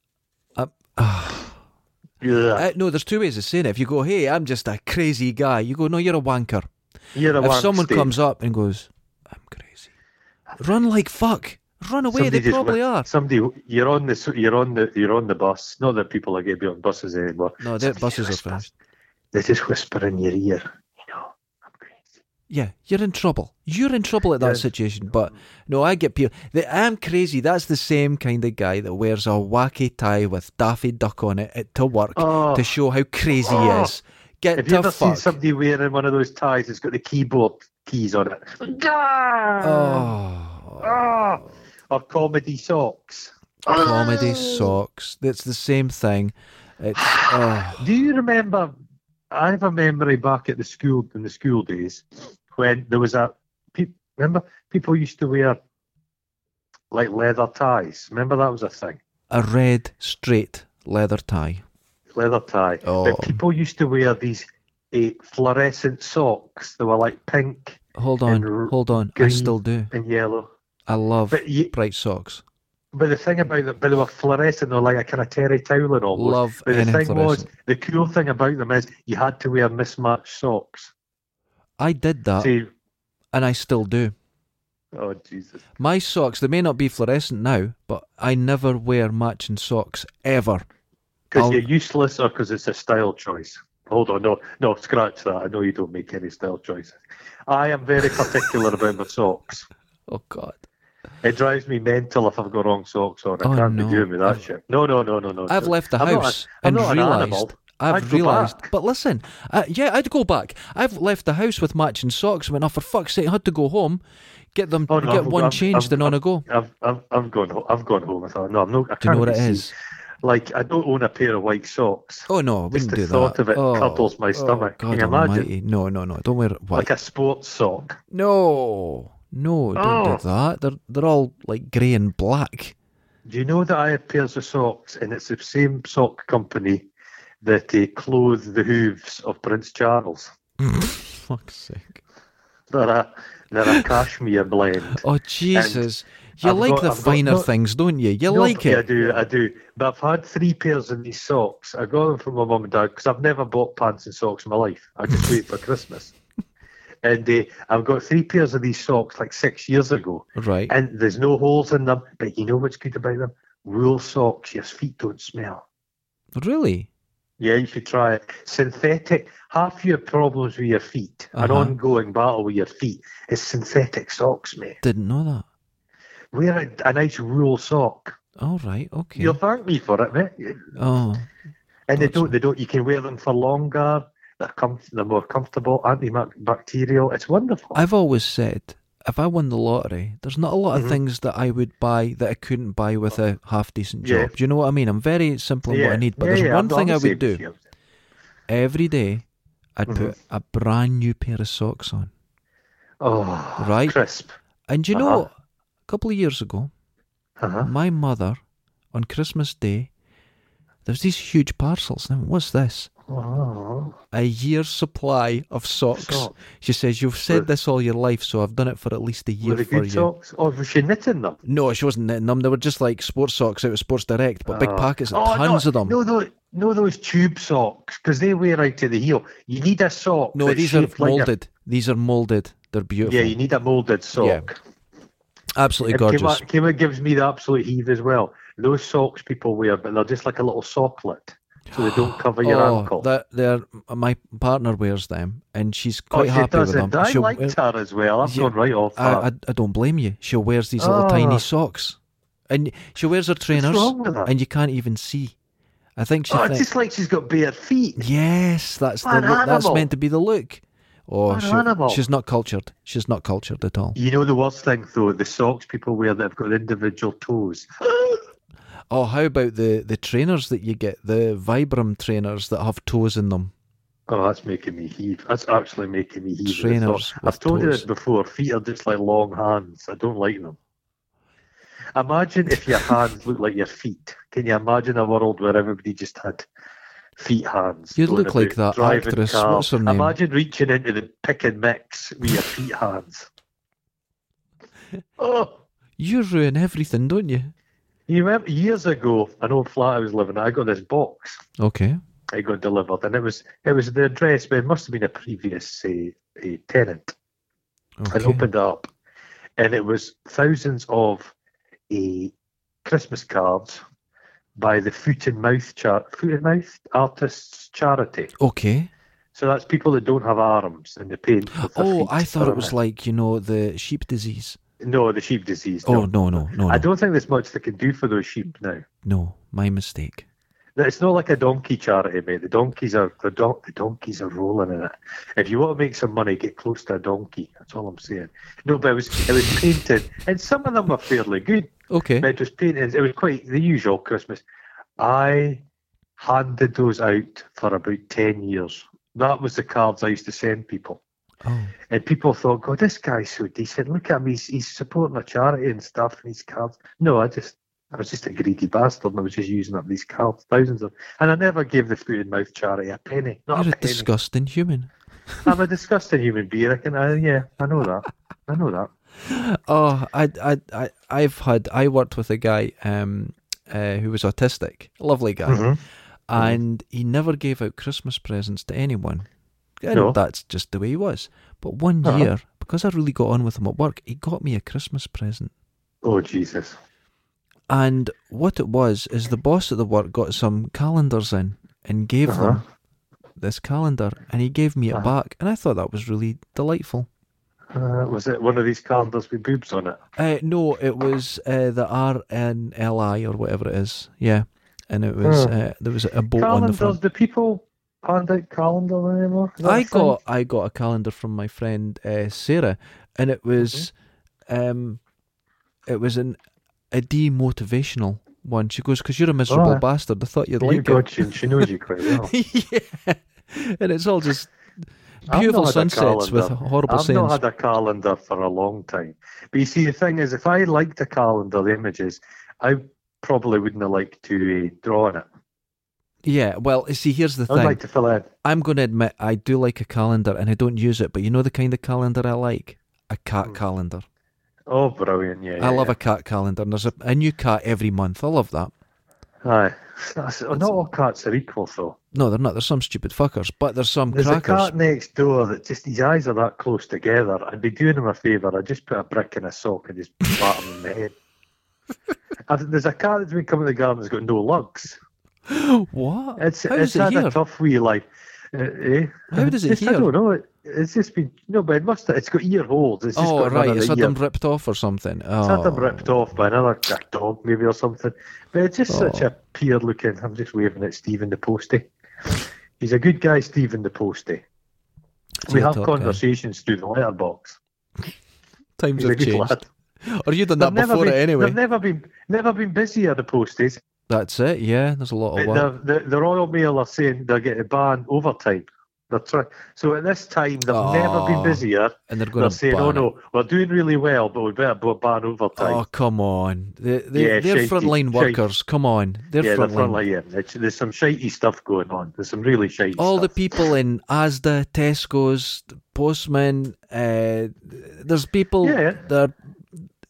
S1: Uh, ah.
S2: Yeah,
S1: Uh, no, there's two ways of saying it. If you go, "Hey, I'm just a crazy guy," you go, "No, you're a wanker."
S2: you're a
S1: if
S2: wank,
S1: someone
S2: Steve.
S1: comes up and goes, "I'm crazy," run like fuck. Run away. they
S2: just
S1: probably
S2: went-
S1: are.
S2: Somebody, you're on the, s- you're on the, you're on the bus. Not that people are going to be on buses anymore.
S1: No, their
S2: Somebody
S1: buses are
S2: whisper-
S1: finished.
S2: They just whisper in your ear. You know, I'm crazy.
S1: Yeah, you're in trouble. You're in trouble at that
S2: Yeah.
S1: situation. But no, I get people. The, I'm crazy. That's the same kind of guy that wears a wacky tie with Daffy Duck on it at- to work
S2: Oh.
S1: to show how crazy he
S2: Oh.
S1: is. Get
S2: Have you
S1: to
S2: ever seen
S1: fuck.
S2: somebody wearing one of those ties that's got the keyboard keys on it? Oh.
S1: oh,
S2: oh. Or comedy socks.
S1: comedy
S2: Oh.
S1: socks. That's the same thing. It's oh,
S2: Do you remember? I have a memory back at the school in the school days when there was a. Pe- remember, people used to wear like leather ties. Remember that was a thing,
S1: a red straight leather tie.
S2: leather tie.
S1: Oh.
S2: But people used to wear these eh, fluorescent socks. They were like pink
S1: Hold on,
S2: And r-
S1: hold on. I
S2: green.
S1: still do.
S2: and yellow.
S1: I love
S2: But you,
S1: bright socks.
S2: but the thing about them, but they were fluorescent. They were like a kind of terry toweling almost.
S1: Love
S2: but the
S1: any
S2: thing was,
S1: fluorescent.
S2: the cool thing about them is you had to wear mismatched socks.
S1: I did that,
S2: See,
S1: and I still do.
S2: oh Jesus.
S1: My socks, they may not be fluorescent now, but I never wear matching socks ever. I'll-
S2: Because you're useless or because it's a style choice. Hold on, no, no, scratch that. I know you don't make any style choices. I am very particular about my socks.
S1: Oh God!
S2: It drives me mental if I've got wrong socks on. I
S1: Oh,
S2: can't
S1: no.
S2: be doing with that
S1: I've-
S2: shit. No, no, no, no, no.
S1: I've
S2: no.
S1: left the
S2: I'm not a-
S1: house
S2: I'm
S1: and
S2: not an
S1: realized.
S2: animal. I'd
S1: I've
S2: go
S1: realized.
S2: back.
S1: But listen, uh, yeah, I'd go back. I've left the house with matching socks. and Went, oh, for fuck's sake! I had to go home, get them,
S2: Oh, no,
S1: get
S2: I've-
S1: one
S2: I've-
S1: changed,
S2: I've-
S1: and on I go.
S2: I've, I've, I've gone. ho- I've gone home. I thought, no, I'm not. I can't
S1: Do you know what
S2: be
S1: it
S2: seen.
S1: is?
S2: Like I don't own a pair of white socks.
S1: Oh no, I
S2: Just
S1: wouldn't
S2: the
S1: do
S2: thought
S1: that.
S2: of it
S1: oh,
S2: curdles my
S1: oh,
S2: stomach. Can
S1: God
S2: you imagine?
S1: Almighty. No, no, no. Don't wear white.
S2: Like a sports sock.
S1: No, no, don't
S2: Oh.
S1: do that. They're they're all like grey and black.
S2: Do you know that I have pairs of socks, and it's the same sock company that uh, clothed the hooves of Prince Charles?
S1: Fuck's sake!
S2: They're a, they're a cashmere blend.
S1: Oh Jesus! You
S2: I've
S1: like
S2: got-
S1: the
S2: I've got
S1: finer
S2: not-
S1: things, don't you? You like
S2: Yeah, I
S1: it.
S2: do. I do. But I've had three pairs of these socks. I got them from my mum and dad because I've never bought pants and socks in my life. I just wait for Christmas. And uh, I've got three pairs of these socks like six years ago,
S1: Right.
S2: and there's no holes in them. But you know what's good about them? Wool socks. Your feet don't smell.
S1: Really?
S2: Yeah, you should try it. Synthetic. Half your problems with your feet, an
S1: Uh-huh.
S2: ongoing battle with your feet, is synthetic socks, mate.
S1: Didn't know that.
S2: Wear a, a nice wool sock.
S1: All right. Okay.
S2: You'll thank me for it, mate.
S1: Oh,
S2: And they
S1: Gotcha.
S2: don't. They don't. You can wear them for longer. They're com- They're more comfortable. Antibacterial. It's wonderful.
S1: I've always said if I won the lottery, there's not a lot of
S2: Mhm.
S1: things that I would buy that I couldn't buy with a half decent job.
S2: Yeah.
S1: Do you know what I mean? I'm very simple in what I need, but there's one
S2: I'm-
S1: thing
S2: I'm
S1: I
S2: the
S1: would
S2: same
S1: do
S2: as you.
S1: every day. I'd
S2: Mhm.
S1: put a brand new pair of socks on.
S2: Oh,
S1: Right?
S2: Crisp.
S1: And you
S2: Uh-huh.
S1: know, a couple of years ago,
S2: Uh-huh.
S1: my mother on Christmas Day, there's these huge parcels. Now, what's this?
S2: Oh,
S1: A year's supply of socks.
S2: Socks.
S1: She says, You've said
S2: Were-
S1: this all your life, so I've done it for at least a year
S2: were they
S1: for
S2: good
S1: you.
S2: socks? Or was she knitting them?
S1: No, she wasn't knitting them. They were just like sports socks out of Sports Direct, but big
S2: Oh.
S1: packets of
S2: Oh,
S1: tons
S2: no,
S1: of them.
S2: No, no, no, those tube socks because they wear right to the heel. You need a sock.
S1: No,
S2: that's
S1: these are
S2: shaped like a-
S1: molded. These are molded. They're beautiful.
S2: yeah, you need a molded sock.
S1: Absolutely gorgeous.
S2: Kima, Kima gives me the absolute heave as well. Those socks people wear, but they're just like a little socklet, so they don't cover your
S1: oh,
S2: ankle.
S1: that they're my partner wears them, and she's
S2: Oh,
S1: quite
S2: she
S1: happy with
S2: doesn't.
S1: them.
S2: I
S1: She'll-
S2: liked her as well. I've
S1: Yeah,
S2: gone right off
S1: I,
S2: that.
S1: I, I don't blame you. She wears these little
S2: Ah.
S1: tiny socks, and she wears her trainers,
S2: wrong with her?
S1: and you can't even see. I think she
S2: oh, it's
S1: thinks,
S2: just like she's got bare feet.
S1: yes, that's the
S2: What an
S1: look. that's
S2: animal.
S1: meant to be the look. Oh,
S2: What an animal.
S1: she, she's not cultured. She's not cultured at all.
S2: You know the worst thing though, the socks people wear that have got individual toes.
S1: Oh, how about the the trainers that you get, the Vibram trainers that have toes in them?
S2: Oh, that's making me heave. That's actually making me heave. at the
S1: Trainers
S2: thought.
S1: with
S2: I've told you
S1: toes.
S2: this before. Feet are just like long hands. I don't like them. Imagine if your hands looked like your feet. Can you imagine a world where everybody just had feet hands?
S1: You'd
S2: going
S1: look like
S2: about,
S1: that
S2: driving
S1: actress,
S2: cars?
S1: what's her name?
S2: Imagine reaching into the pick and mix with your feet hands. Oh.
S1: You ruin everything, don't you?
S2: You remember years ago, an old flat I was living in, I got this box.
S1: Okay.
S2: I got delivered, and it was it was the address, but it must have been a previous uh, uh, tenant.
S1: Okay.
S2: And opened up, and it was thousands of uh, Christmas cards by the Foot and Mouth char- Foot and Mouth Artists Charity.
S1: okay.
S2: So that's people that don't have arms and they paint. with their
S1: Oh,
S2: feet
S1: I thought it
S2: on
S1: was like you know the sheep disease.
S2: no the sheep disease.
S1: Oh no
S2: No.
S1: no no
S2: I
S1: no,
S2: don't think there's much they can do for those sheep now.
S1: no my mistake.
S2: It's not like a donkey charity, mate. The donkeys are the, don- the donkeys are rolling in it. If you want to make some money, get close to a donkey. That's all I'm saying. No, but it was it was painted, and some of them were fairly good.
S1: Okay.
S2: But it was painted. It was quite the usual Christmas. I handed those out for about ten years. That was the cards I used to send people,
S1: Oh
S2: and people thought, "God, this guy's so decent. Look at him. He's he's supporting a charity and stuff, and these cards." No, I just I was just a greedy bastard and I was just using up these cards, thousands of and I never gave the foot and mouth charity a penny. Not
S1: you're
S2: a
S1: a
S2: penny.
S1: disgusting human.
S2: I'm a disgusting human being. I can I, yeah, I know that. I know that.
S1: Oh, I I I I've had I worked with a guy um uh, who was autistic, lovely guy,
S2: Mm-hmm.
S1: and he never gave out Christmas presents to anyone. And
S2: No.
S1: that's just the way he was. But one
S2: Uh-huh.
S1: year, because I really got on with him at work, he got me a Christmas present.
S2: Oh Jesus.
S1: And what it was is the boss at the work got some calendars in and gave them this calendar, and he gave me it
S2: Uh-huh.
S1: back, and I thought that was really delightful.
S2: Uh, was it one of these calendars with boobs on it?
S1: Uh, no, it was uh, the RNLI or whatever it is. Yeah, and it was
S2: Hmm.
S1: uh, there was a boat on the
S2: calendars,
S1: front.
S2: do people hand out calendars anymore? Is that
S1: I
S2: a thing?
S1: got I got a calendar from my friend uh, Sarah, and it was,
S2: Mm-hmm.
S1: um, it was an a demotivational one. She goes, "Cause you're a miserable
S2: Right.
S1: bastard. I thought you'd
S2: You
S1: like
S2: got you, she knows you quite well.
S1: it." yeah, and it's all just
S2: I've
S1: beautiful
S2: not had a
S1: sunsets with
S2: calendar.
S1: horrible
S2: I've not
S1: sayings.
S2: had a calendar for a long time. But you see, the thing is, if I liked a calendar, the images, I probably wouldn't have liked to uh, draw on it.
S1: Yeah, well, see, here's the
S2: I'd
S1: thing.
S2: like to fill in.
S1: I'm going to admit I do like a calendar, and I don't use it, but you know the kind of calendar I like, a cat calendar.
S2: Oh, brilliant! Hmm. Yeah,
S1: I love a cat calendar, and there's a, a new cat every month. I love that.
S2: a. Aye, That's- not all cats are equal though.
S1: No, they're not. There's some stupid fuckers, but there's some
S2: There's a
S1: crackers.
S2: cat next door that just his eyes are that close together. I'd be doing him a favour. I'd just put a brick in a sock and just bat him in the head. I think there's a cat that's been coming to the garden that's got no lugs.
S1: what?
S2: It's
S1: How is
S2: it's
S1: it
S2: had
S1: here?
S2: a tough wee life. Uh, eh?
S1: How does it
S2: It's- I
S1: here?
S2: don't know. It, it's just been no, but it must. Have, it's got ear holes. It's just
S1: oh,
S2: got
S1: right.
S2: another
S1: It's had
S2: ear.
S1: them ripped off or something. Oh.
S2: It's had them ripped off by another a dog maybe or something. But it's just such
S1: Oh.
S2: a peer looking. I'm just waving at Stephen the postie. He's a good guy, Stephen the postie.
S1: It's
S2: We
S1: a
S2: have
S1: top guy.
S2: conversations through the letterbox.
S1: Times
S2: He's a
S1: have
S2: good
S1: changed.
S2: lad.
S1: Or you done
S2: They've
S1: that
S2: never
S1: before
S2: been,
S1: it anyway.
S2: They've never been never been busier the posties.
S1: That's it. Yeah, there's a lot of
S2: But
S1: work.
S2: the, the, the Royal Mail are saying they're getting banned overtime. They're try- so at this time they've never
S1: Aw,
S2: been busier.
S1: And they're going
S2: They're
S1: to
S2: saying, "Oh no, we're doing really well, but we better b- ban overtime."
S1: Oh come on! They, they,
S2: Yeah,
S1: they're
S2: shaky,
S1: frontline
S2: shaky.
S1: workers. Come on, they're
S2: yeah,
S1: frontline.
S2: they're front line. yeah. It's- There's some shitey stuff going on. There's some really shitey
S1: All the
S2: stuff.
S1: people in ASDA, Tesco's, Postman. Uh, there's people.
S2: Yeah.
S1: They're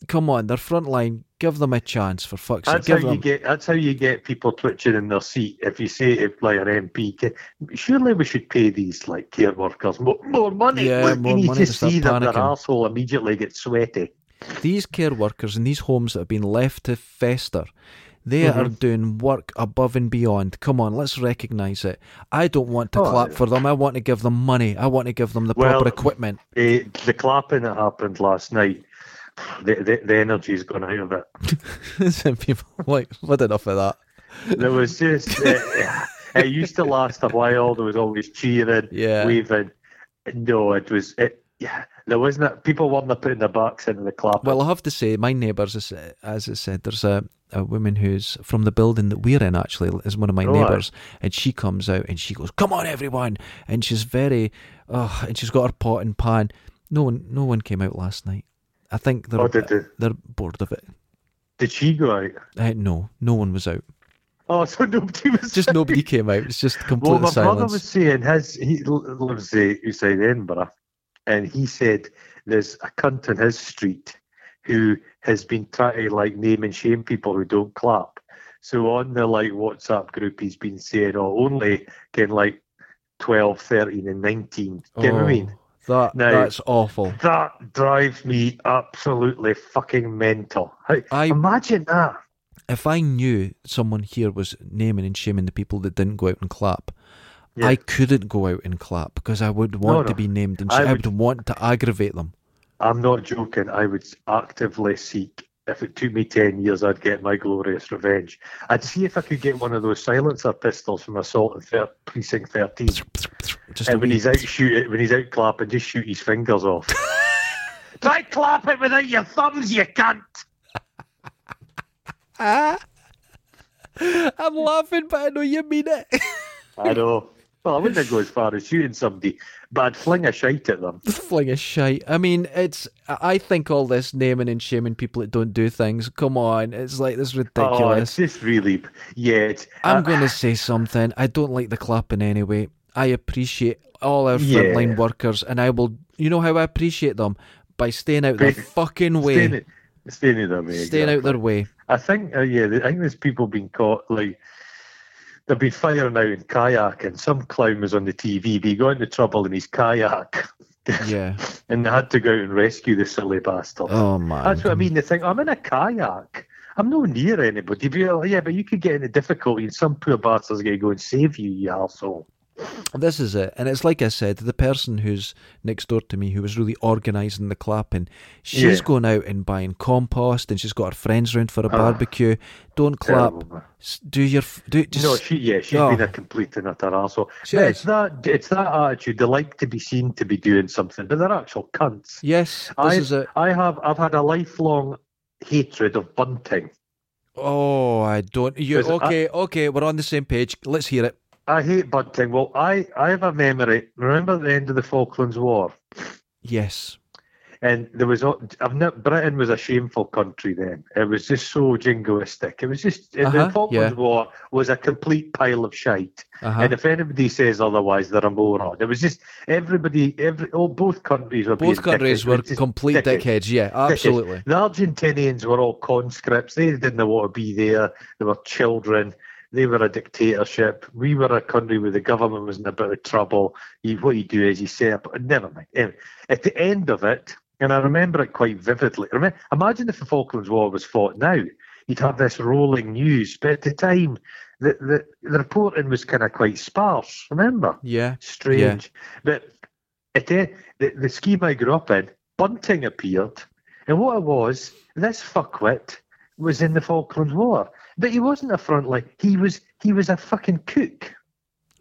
S1: come on. They're frontline. Give them a chance for fuck's sake.
S2: That's
S1: Give
S2: how you
S1: them.
S2: get. That's how you get people twitching in their seat. If you say if like an MP, ca- surely we should pay these like care workers more, more money.
S1: Yeah,
S2: Look,
S1: more
S2: you need
S1: money
S2: to
S1: to start
S2: see that their
S1: panicking.
S2: arsehole immediately gets sweaty.
S1: These care workers in these homes that have been left to fester, they
S2: Mhm.
S1: are doing work above and beyond. Come on, let's recognise it. I don't want to
S2: Oh,
S1: clap
S2: yeah.
S1: for them. I want to give them money. I want to give them the
S2: Well,
S1: proper equipment.
S2: Eh, the clapping that happened last night, the the, the energy's gone out of it.
S1: Some people are like, what enough of that?
S2: There was just eh, eh, it used to last a while. There was always cheering,
S1: Yeah.
S2: waving. No, it was it. Yeah, there wasn't. People weren't putting their backs into the clap.
S1: Well, I have to say, my neighbours, as, as I said, there's a, a woman who's from the building that we're in, actually, is one of my
S2: Right.
S1: neighbours. And she comes out and she goes, Come on, everyone. And she's very, oh, and she's got her pot and pan. No one, no one came out last night. I think they're,
S2: Oh, did they?
S1: they're bored of it.
S2: Did she go out?
S1: Uh, no, no one was out.
S2: Oh, so nobody was
S1: Just nobody came out. It's just complete
S2: Well, my brother
S1: silence.
S2: was saying his he l- lives uh, outside Edinburgh, and he said there's a cunt in his street who has been trying to like name and shame people who don't clap. So on the like WhatsApp group, he's been saying, "Oh, only can like 12, 13, and 19." Do you know what I mean?
S1: Oh, That,
S2: Now-
S1: that's awful.
S2: That drives me absolutely fucking mental. How-
S1: I-
S2: imagine that.
S1: if I knew someone here was naming and shaming the people that didn't go out and clap,
S2: Yeah.
S1: I couldn't go out and clap because I would want to
S2: no.
S1: be named and
S2: I
S1: sh- I would
S2: would-
S1: want to aggravate them.
S2: I'm not joking. I would actively seek. If it took me ten years, I'd get my glorious revenge. I'd see if I could get one of those silencer pistols from Assault and Thir- Precinct 13,
S1: Just a
S2: and when
S1: wee-
S2: he's out shoot when he's out clapping, just shoot his fingers off. Try clap it without your thumbs, you cunt.
S1: I'm laughing, but I know you mean it.
S2: I know. Well, I wouldn't go as far as shooting somebody, but I'd fling a shite at them.
S1: Fling a shite. I mean, it's. I I think all this naming and shaming people that don't do things. Come on, it's like this is
S2: Oh,
S1: ridiculous.
S2: it's just really, yeah. It's,
S1: I'm
S2: uh,
S1: going to say something. I don't like the clapping anyway. I appreciate all our
S2: Yeah.
S1: frontline workers, and I will. You know how I appreciate them by staying out their
S2: Stay-
S1: fucking way,
S2: staying,
S1: staying,
S2: it- staying in their way.
S1: out
S2: exactly.
S1: their way.
S2: I think, uh, yeah, I think there's people been caught like they've been firing out in kayak, and some clown was on the TV. They got into trouble in his kayak,
S1: Yeah.
S2: and they had to go out and rescue the silly bastard.
S1: Oh man.
S2: That's what I mean. They think I'm in a kayak. I'm no near anybody. But you're like, yeah, but you could get into difficulty, and some poor bastard's going to go and save you, you arsehole.
S1: This is it, and it's like I said, the person who's next door to me, who was really organising the clapping, she's
S2: Yeah. Ah.
S1: going out and buying compost, and she's got her friends round for a barbecue. Don't clap.
S2: Terrible, man.
S1: S- Do your f- do just.
S2: no, she yeah, she's
S1: Oh.
S2: been a complete and utter arsehole.
S1: She
S2: But
S1: is.
S2: it's that it's that attitude. They like to be seen to be doing something, but they're actual cunts.
S1: yes, this
S2: I,
S1: is it.
S2: I have I've had a lifelong hatred of bunting.
S1: Oh, I don't. You
S2: Listen, I-
S1: okay? okay, we're on the same page. Let's hear it.
S2: I hate bunting. Well, I, I have a memory. Remember the end of the Falklands War?
S1: Yes.
S2: And there was, all- I've not, Britain was a shameful country then. It was just so jingoistic. It was just,
S1: Uh-huh,
S2: the Falklands
S1: yeah.
S2: War was a complete pile of shite.
S1: Uh-huh.
S2: And if anybody says otherwise, they're a moron. It was just everybody, every, oh, both countries were being
S1: Both countries
S2: dickheads.
S1: were
S2: Just
S1: complete
S2: dickheads.
S1: dickheads. Yeah, absolutely.
S2: The Argentinians were all conscripts. They didn't want to be there. They were children. They were a dictatorship. We were a country where the government was in a bit of trouble. You, what you do is you set up. Never mind. Anyway, at the end of it, and I remember it quite vividly. Remember, imagine if the Falklands War was fought now. You'd have this rolling news. But at the time, the, the, the reporting was kind of quite sparse. Remember?
S1: Yeah.
S2: strange. But it, eh, the, the scheme I grew up in, bunting appeared, and what it was, this fuckwit was in the Falklands War, but he wasn't a frontline. He was he was a fucking cook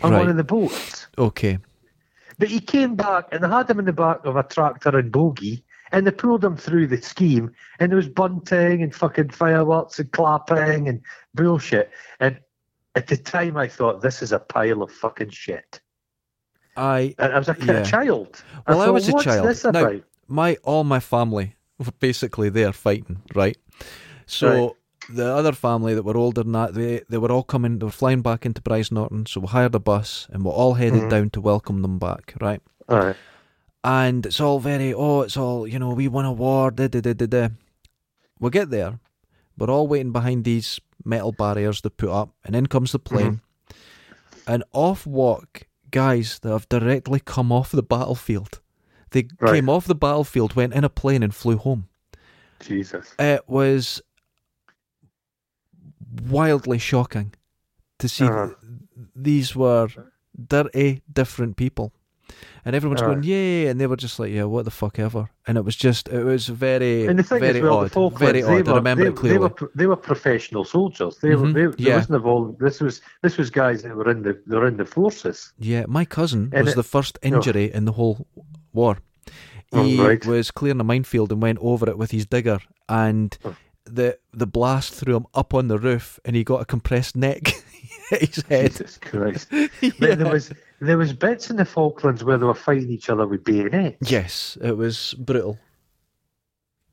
S2: on
S1: Right.
S2: one of the boats.
S1: Okay.
S2: But he came back and they had him in the back of a tractor and bogey, and they pulled him through the scheme, and there was bunting and fucking fireworks and clapping and bullshit. And at the time, I thought this is a pile of fucking shit.
S1: I
S2: I I was a ki-
S1: Yeah.
S2: child.
S1: Well, I
S2: thought,
S1: was a
S2: What's
S1: child."
S2: This
S1: Now-
S2: about?
S1: my all my family were basically there fighting, right? So
S2: Right.
S1: the other family that were older than that, they, they were all coming, they were flying back into Bryce Norton, so we hired a bus and we're all headed
S2: Mhm.
S1: down to welcome them back, right?
S2: All right.
S1: And it's all very, oh, it's all, you know, we won a war, da da da da da. We get there, we're all waiting behind these metal barriers they put up, and in comes the plane, and off walk guys that have directly come off the battlefield. They
S2: Right.
S1: came off the battlefield, went in a plane, and flew home.
S2: Jesus.
S1: It was wildly shocking to see
S2: Uh-huh.
S1: th- these were dirty, different people. And everyone's
S2: Uh-huh.
S1: going, yeah, and they were just like, yeah, what the fuck ever. And it was just, it was very,
S2: And the thing
S1: very
S2: is, well, the
S1: odd,
S2: Falklands,
S1: very
S2: they
S1: odd.
S2: were,
S1: I remember
S2: they,
S1: it clearly.
S2: They were, pro- they were professional soldiers. They,
S1: Mhm,
S2: were, they,
S1: yeah.
S2: they wasn't involved. This was this was guys that were in the they were in the forces.
S1: Yeah, my cousin
S2: And
S1: was
S2: it-
S1: the first injury in the whole war.
S2: Oh,
S1: He
S2: right.
S1: was clearing a minefield and went over it with his digger, and
S2: Oh.
S1: the the blast threw him up on the roof, and he got a compressed neck. He hit his head.
S2: Jesus Christ.
S1: Yeah.
S2: But there was there was bits in the Falklands where they were fighting each other with bayonets.
S1: Yes, it was brutal.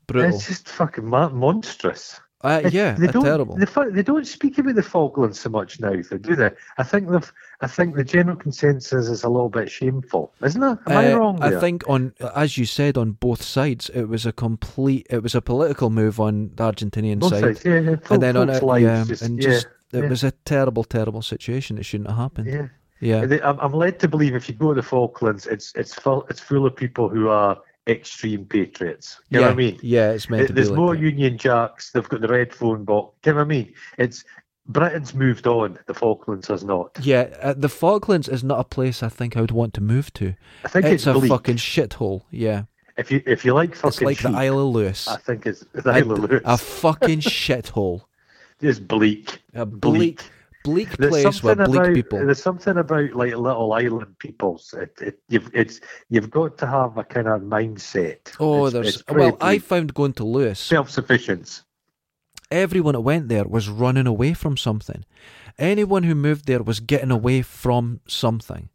S1: Brutal.
S2: It's just fucking ma- monstrous.
S1: Uh, yeah,
S2: they
S1: uh,
S2: don't,
S1: terrible.
S2: They, fi- they don't speak about the Falklands so much now, though, do they? I think they've. I think the general consensus is a little bit shameful, isn't it? Am I
S1: Uh,
S2: wrong?
S1: I
S2: there?
S1: think on, as you said, on both sides, it was a complete, it was a political move on the Argentinian
S2: Both
S1: side.
S2: sides, yeah, yeah.
S1: and then on
S2: folks'
S1: it,
S2: lives
S1: yeah,
S2: just-
S1: and
S2: yeah,
S1: just it
S2: yeah.
S1: was a terrible, terrible situation. It shouldn't have happened.
S2: yeah.
S1: Yeah,
S2: They- I'm, I'm led to believe if you go to the Falklands, it's it's full it's full of people who are extreme patriots. You know
S1: yeah,
S2: what I mean?
S1: yeah. It's meant
S2: There-
S1: to be
S2: There's
S1: like
S2: more
S1: that.
S2: Union Jacks. They've got the red phone box. Do you know what I mean? It's Britain's moved on. The Falklands has not.
S1: Yeah, uh, the Falklands is not a place I think I would want to move to.
S2: I think
S1: it's
S2: it's,
S1: a
S2: bleak.
S1: fucking shithole. Yeah,
S2: If you if you like fucking Ah,
S1: it's like
S2: sheep,
S1: the Isle of Lewis.
S2: I think it's the
S1: A-
S2: Isle of Lewis.
S1: A fucking shithole.
S2: It's bleak.
S1: A bleak, bleak place where bleak
S2: about,
S1: people.
S2: There's something about like little island peoples. It, it, you've it's you've got to have a kind of mindset.
S1: Oh,
S2: It's-
S1: there's
S2: it's pretty
S1: well, I
S2: bleak.
S1: found going to Lewis.
S2: self-sufficiency.
S1: everyone that went there was running away from something. Anyone who moved there was getting away from something.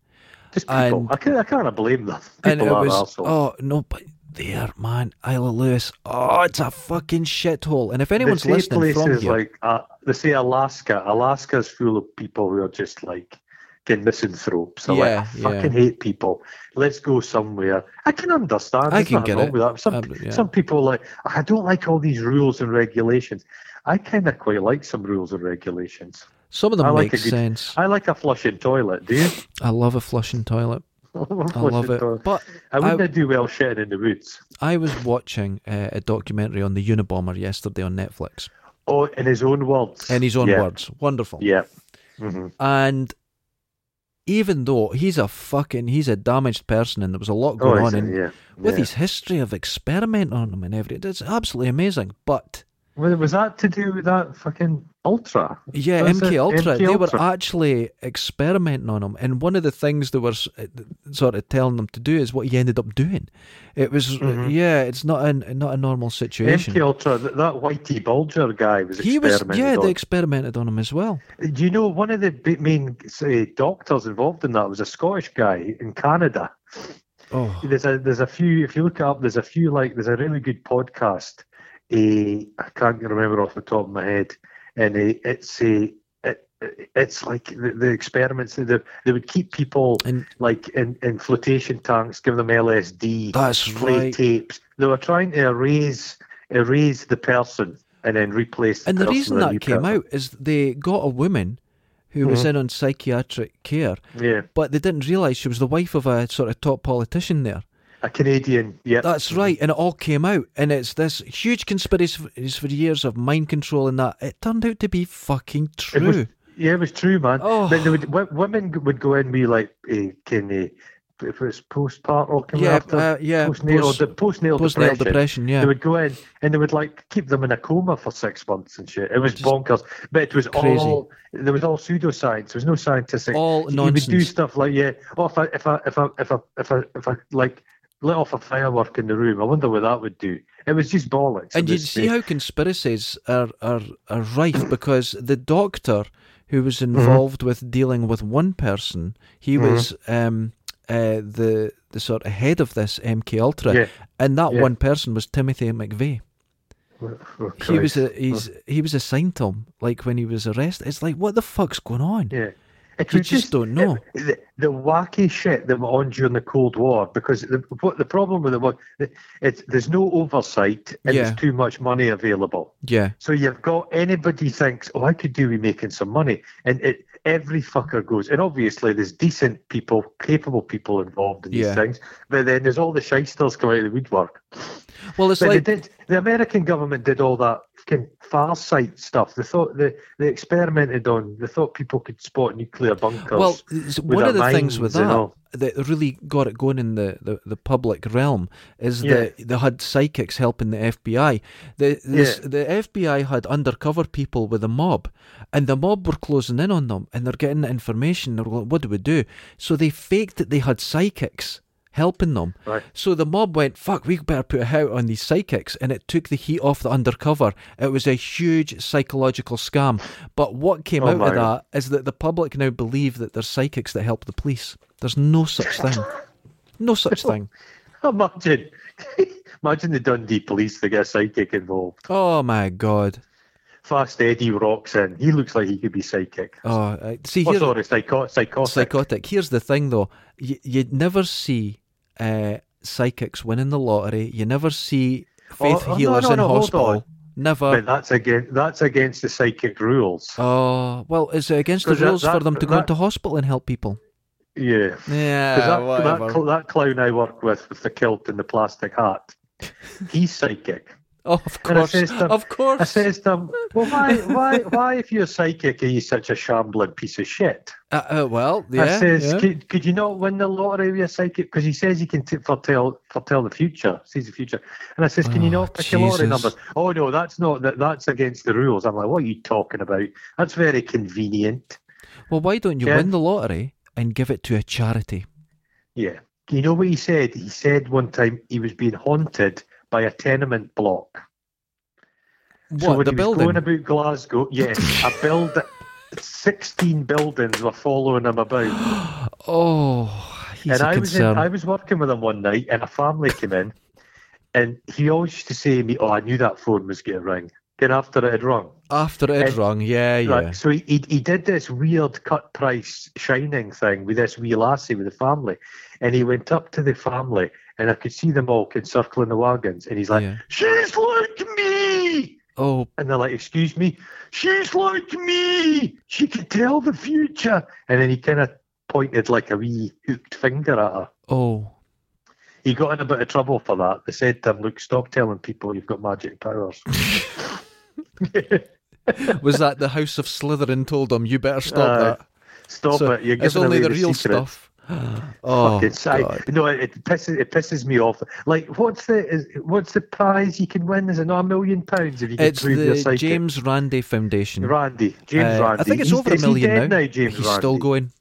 S2: Just people.
S1: And-
S2: I can't. I can't blame them. People
S1: and it
S2: are
S1: was
S2: arseholes.
S1: oh no, but there, man, Isle of Lewis. Oh, it's a fucking shithole. And if
S2: They
S1: anyone's
S2: say
S1: listening from
S2: places
S1: here,
S2: like uh, they say Alaska. Alaska's full of people who are just like getting misanthropes. They're
S1: Yeah,
S2: like, I
S1: yeah.
S2: fucking hate people. Let's go somewhere. I can understand.
S1: I
S2: There's
S1: can
S2: nothing
S1: get
S2: wrong
S1: it.
S2: with that. Some
S1: Um, yeah.
S2: some people are like I don't like all these rules and regulations. I kind of quite like some rules and regulations.
S1: some of them
S2: I like
S1: make
S2: a good-
S1: sense. I,
S2: I like a flushing toilet. Do you?
S1: love a flushing toilet. I love it. But
S2: I wouldn't
S1: I-
S2: do well shitting in the woods.
S1: I was watching uh, a documentary on the Unabomber yesterday on Netflix,
S2: Oh, in his own words.
S1: in his own
S2: yeah.
S1: words. Wonderful.
S2: Yeah. hmm
S1: And even though he's a fucking, he's a damaged person, and there was a lot
S2: Oh,
S1: going on,
S2: he's-
S1: and
S2: yeah.
S1: with
S2: yeah.
S1: his history of experiment on him and everything, it's absolutely amazing. But
S2: Well, was that to do with that fucking ultra?
S1: Yeah,
S2: That's
S1: MK
S2: it,
S1: Ultra.
S2: MK
S1: They were
S2: Ultra.
S1: actually experimenting on him, and one of the things they were s- uh, sort of telling them to do is what he ended up doing. It was uh,
S2: Mhm.
S1: yeah, it's not an not a normal situation.
S2: MK Ultra, that, that Whitey Bulger guy was
S1: he was
S2: experimented
S1: yeah, they
S2: on.
S1: experimented on him as well.
S2: Do you know one of the big main say, doctors involved in that was a Scottish guy in Canada?
S1: Oh,
S2: there's a there's a few if you look up there's a few like there's a really good podcast eh, i can't remember off the top of my head and eh, it's a it, it's like the, the experiments that they, they would keep people
S1: and
S2: like in, in flotation tanks give them lsd
S1: that's
S2: play
S1: right.
S2: tapes they were trying to erase erase the person and then replace the
S1: And the
S2: person
S1: reason
S2: with a new
S1: that came
S2: person.
S1: out is they got a woman who
S2: Mm-hmm.
S1: was in on psychiatric care,
S2: yeah
S1: but they didn't realise she was the wife of a sort of top politician there.
S2: a canadian yeah
S1: That's right, and it all came out, and it's this huge conspiracy f- for years of mind control and that. It turned out to be fucking
S2: It was,
S1: true.
S2: yeah, it was true, man.
S1: Oh.
S2: But they would, w- women g- would go in and be like, eh, can they, if it's postpartum, can
S1: Yeah,
S2: after,
S1: uh, yeah,
S2: postnatal,
S1: post-
S2: the postnatal,
S1: Postnatal
S2: depression.
S1: depression,
S2: They
S1: yeah.
S2: would go in and they would like keep them in a coma for six months and shit. It was bonkers, but it was
S1: Crazy.
S2: all there was all pseudoscience. There was no scientific.
S1: All
S2: you would do
S1: nonsense.
S2: stuff like yeah. Oh, if I if I if I if I if I, if I like lit off a firework in the room, I wonder what that would do. It was just bollocks.
S1: And
S2: It
S1: you
S2: was
S1: see
S2: just-
S1: how conspiracies are, are, are rife because the doctor who was
S2: Mm-hmm.
S1: involved with dealing with one person, he was um, uh, the the sort of head of this MK Ultra,
S2: Yeah.
S1: and that
S2: Yeah.
S1: one person was Timothy McVeigh.
S2: Oh,
S1: He was
S2: Christ.
S1: a, he's he was assigned to him like when he was arrested. It's like what the fuck's going on?
S2: Yeah. It
S1: You
S2: was
S1: just don't know.
S2: The, the wacky shit that went on during the Cold War, because the, what the problem with it was, it's, there's no oversight and
S1: Yeah.
S2: there's too much money available.
S1: Yeah,
S2: So you've got anybody thinks, oh, I could do with making some money. And it, every fucker goes. And obviously, there's decent people, capable people involved in these
S1: Yeah.
S2: things. But then there's all the shysters come out of the woodwork.
S1: well, it's
S2: But
S1: like
S2: they did. The American government did all that fucking farsight stuff. They thought they, they experimented on. They thought people could spot nuclear bunkers.
S1: Well, it's one
S2: our
S1: of the things with
S2: minds and
S1: that
S2: all.
S1: that really got it going in the, the, the public realm is
S2: Yeah.
S1: that they had psychics helping the FBI. The this,
S2: Yeah.
S1: the FBI had undercover people with the mob, and the mob were closing in on them, and they're getting the information. They're going, "What do we do?" So they faked that they had psychics helping them.
S2: Right.
S1: So the mob went, "Fuck, we better put a out on these psychics," and it took the heat off the undercover. It was a huge psychological scam. But what came
S2: Oh
S1: out
S2: my
S1: of that is that the public now believe that they're psychics that help the police. There's no such thing. No such thing.
S2: imagine, imagine the Dundee police. They get a psychic involved.
S1: Oh my god.
S2: Fast Eddie rocks in. He looks like he could be psychic.
S1: Oh, I- see
S2: Oh,
S1: here,
S2: sorry, psycho- psychotic.
S1: psychotic. Here's the thing though. You, you never see uh, psychics winning the lottery. You never see faith
S2: Oh, oh, no,
S1: healers
S2: no,
S1: in
S2: no, hold on.
S1: hospital. Never.
S2: But that's against that's against the psychic rules.
S1: Oh well, is it against the
S2: Because that-
S1: rules for
S2: that-
S1: them to go
S2: that-
S1: into hospital and help people?
S2: yeah. 'Cause
S1: Yeah,
S2: that, that, cl- that clown I work with with the kilt and the plastic hat, he's psychic.
S1: oh, of
S2: And I
S1: course,
S2: says to him-
S1: of
S2: I
S1: course.
S2: says to him, "Well, why, why, why, if you're psychic, are you such a shambling piece of shit?"
S1: Uh, uh, well, yeah,
S2: I says,
S1: yeah.
S2: could, "Could you not win the lottery with a psychic? Because he says he can t- foretell foretell the future, sees the future." And I says, "Can you
S1: Oh,
S2: not pick a lottery
S1: Jesus.
S2: number?" Oh no, that's not that. That's against the rules. I'm like, "What are you talking about? That's very convenient."
S1: Well, why don't you
S2: Yeah.
S1: win the lottery and give it to a charity?
S2: Yeah. You know what he said? He said one time he was being haunted by a tenement block.
S1: What
S2: so when
S1: the
S2: he
S1: building?
S2: was going about Glasgow, yeah, a build, sixteen buildings were following him about.
S1: Oh, he's
S2: and
S1: a
S2: I was in,
S1: concern.
S2: I was working with him one night, and a family came in, and he always used to say to me, "Oh, I knew that phone was going to ring." Then after it had rung,
S1: After it
S2: Eh,
S1: rung, yeah, yeah.
S2: right? So he, he he did this weird cut price shining thing with this wee lassie with the family, and he went up to the family, and I could see them all encircling the wagons, and he's like,
S1: Yeah.
S2: "She's like me."
S1: Oh,
S2: And they're like, excuse me, she's like me. She can tell the future. And then he kind of pointed like a wee hooked finger at her.
S1: oh,
S2: He got in a bit of trouble for that. They said to him, look, stop telling people you've got magic powers.
S1: was that the House of Slytherin told him you better stop
S2: Uh,
S1: that?
S2: Stop
S1: So
S2: it. You're
S1: it's
S2: giving
S1: only
S2: away
S1: the, real
S2: secret."
S1: stuff. oh,
S2: It's, I,
S1: God.
S2: no, it pisses it pisses me off. Like, what's the is, what's the prize you can win? Is it not a million pounds if you can
S1: it's
S2: prove you're
S1: the
S2: psychic?
S1: James Randy Foundation.
S2: Randy, James
S1: Uh,
S2: Randy.
S1: I think it's
S2: He's-
S1: over a
S2: is he
S1: million
S2: dead
S1: now.
S2: James
S1: he's still
S2: Randi?
S1: going.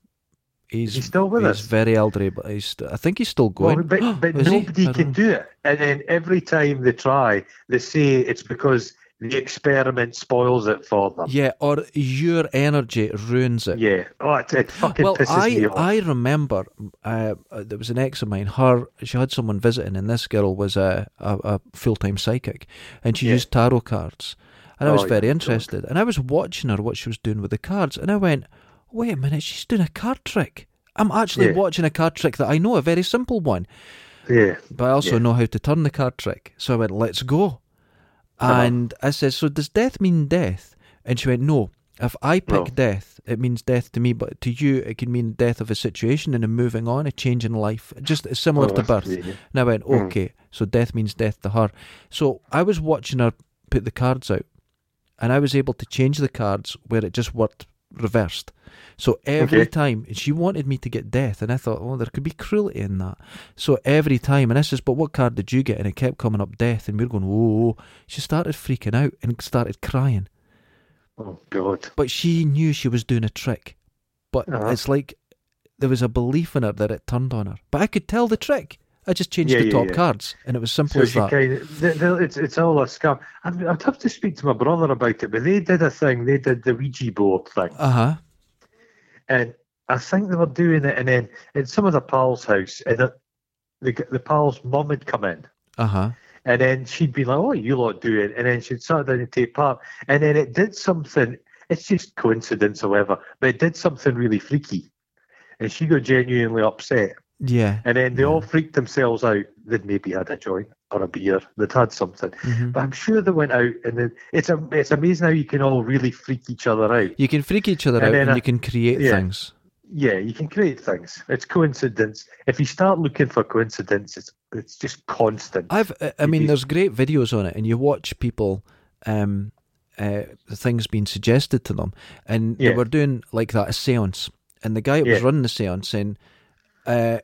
S1: He's,
S2: He's still with
S1: he's
S2: us?
S1: very elderly, but he's. St- I think he's still going.
S2: Well, but but
S1: Is he?
S2: nobody
S1: I
S2: can
S1: don't-
S2: do it. And then every time they try, they say it's because the experiment spoils it for them.
S1: Yeah, or your energy ruins it.
S2: Yeah. Oh, it, it fucking
S1: Well,
S2: pisses me
S1: I
S2: off.
S1: I remember uh, uh, there was an ex of mine. Her she had someone visiting, and this girl was a a, a full time psychic, and she
S2: Yeah.
S1: used tarot cards, and I was
S2: Oh,
S1: very
S2: yeah,
S1: interested, and I was watching her what she was doing with the cards, and I went, wait a minute, she's doing a card trick. I'm actually
S2: Yeah.
S1: watching a card trick that I know, a very simple one,
S2: yeah.
S1: but I also
S2: Yeah.
S1: know how to turn the card trick. So I went, let's go.
S2: Uh-huh.
S1: And I said, so does death mean death? And she went, no. If I pick
S2: No.
S1: death, it means death to me, but to you, it can mean death of a situation and a moving on, a change in life, just similar
S2: Oh,
S1: to birth.
S2: yeah. Hmm.
S1: And I went, okay, so death means death to her. So I was watching her put the cards out, and I was able to change the cards where it just worked reversed. So every
S2: Okay.
S1: time, and she wanted me to get death, and I thought, oh, there could be cruelty in that. So every time, and I says, but what card did you get? And it kept coming up death, and we were going, whoa. She started freaking out and started crying,
S2: Oh God.
S1: but she knew she was doing a trick. But
S2: Uh-huh.
S1: it's like there was a belief in her that it turned on her. But I could tell the trick. I just changed
S2: Yeah,
S1: the
S2: yeah,
S1: top
S2: yeah.
S1: cards, and it was simple
S2: So
S1: as
S2: she
S1: that.
S2: kind of, they- they- it's, it's all a scam. I'd, I'd have to speak to my brother about it, but they did a thing. They did the Ouija board thing,
S1: Uh huh.
S2: and I think they were doing it. And then in some of the pals' house, and the the, g- the pals' mum had come in,
S1: Uh huh.
S2: and then she'd be like, "Oh, you lot do it," and then she'd sat down and take part, and then it did something. It's just coincidence, however, but it did something really freaky, and she got genuinely upset.
S1: Yeah.
S2: And then they
S1: Yeah.
S2: all freaked themselves out. They'd maybe had a joint or a beer. They'd had something.
S1: Mhm.
S2: But I'm sure they went out, and then it's a, it's amazing how you can all really freak each other out.
S1: You can freak each other
S2: And
S1: out
S2: then
S1: and
S2: I-
S1: you can create
S2: yeah.
S1: things.
S2: Yeah, you can create things. It's coincidence. If you start looking for coincidence, it's it's just constant.
S1: I've, I- I
S2: You
S1: mean,
S2: do-
S1: there's great videos on it, and you watch people, um, uh, the things being suggested to them, and they
S2: Yeah.
S1: were doing like that a séance, and the guy that was
S2: Yeah.
S1: running the séance saying, uh,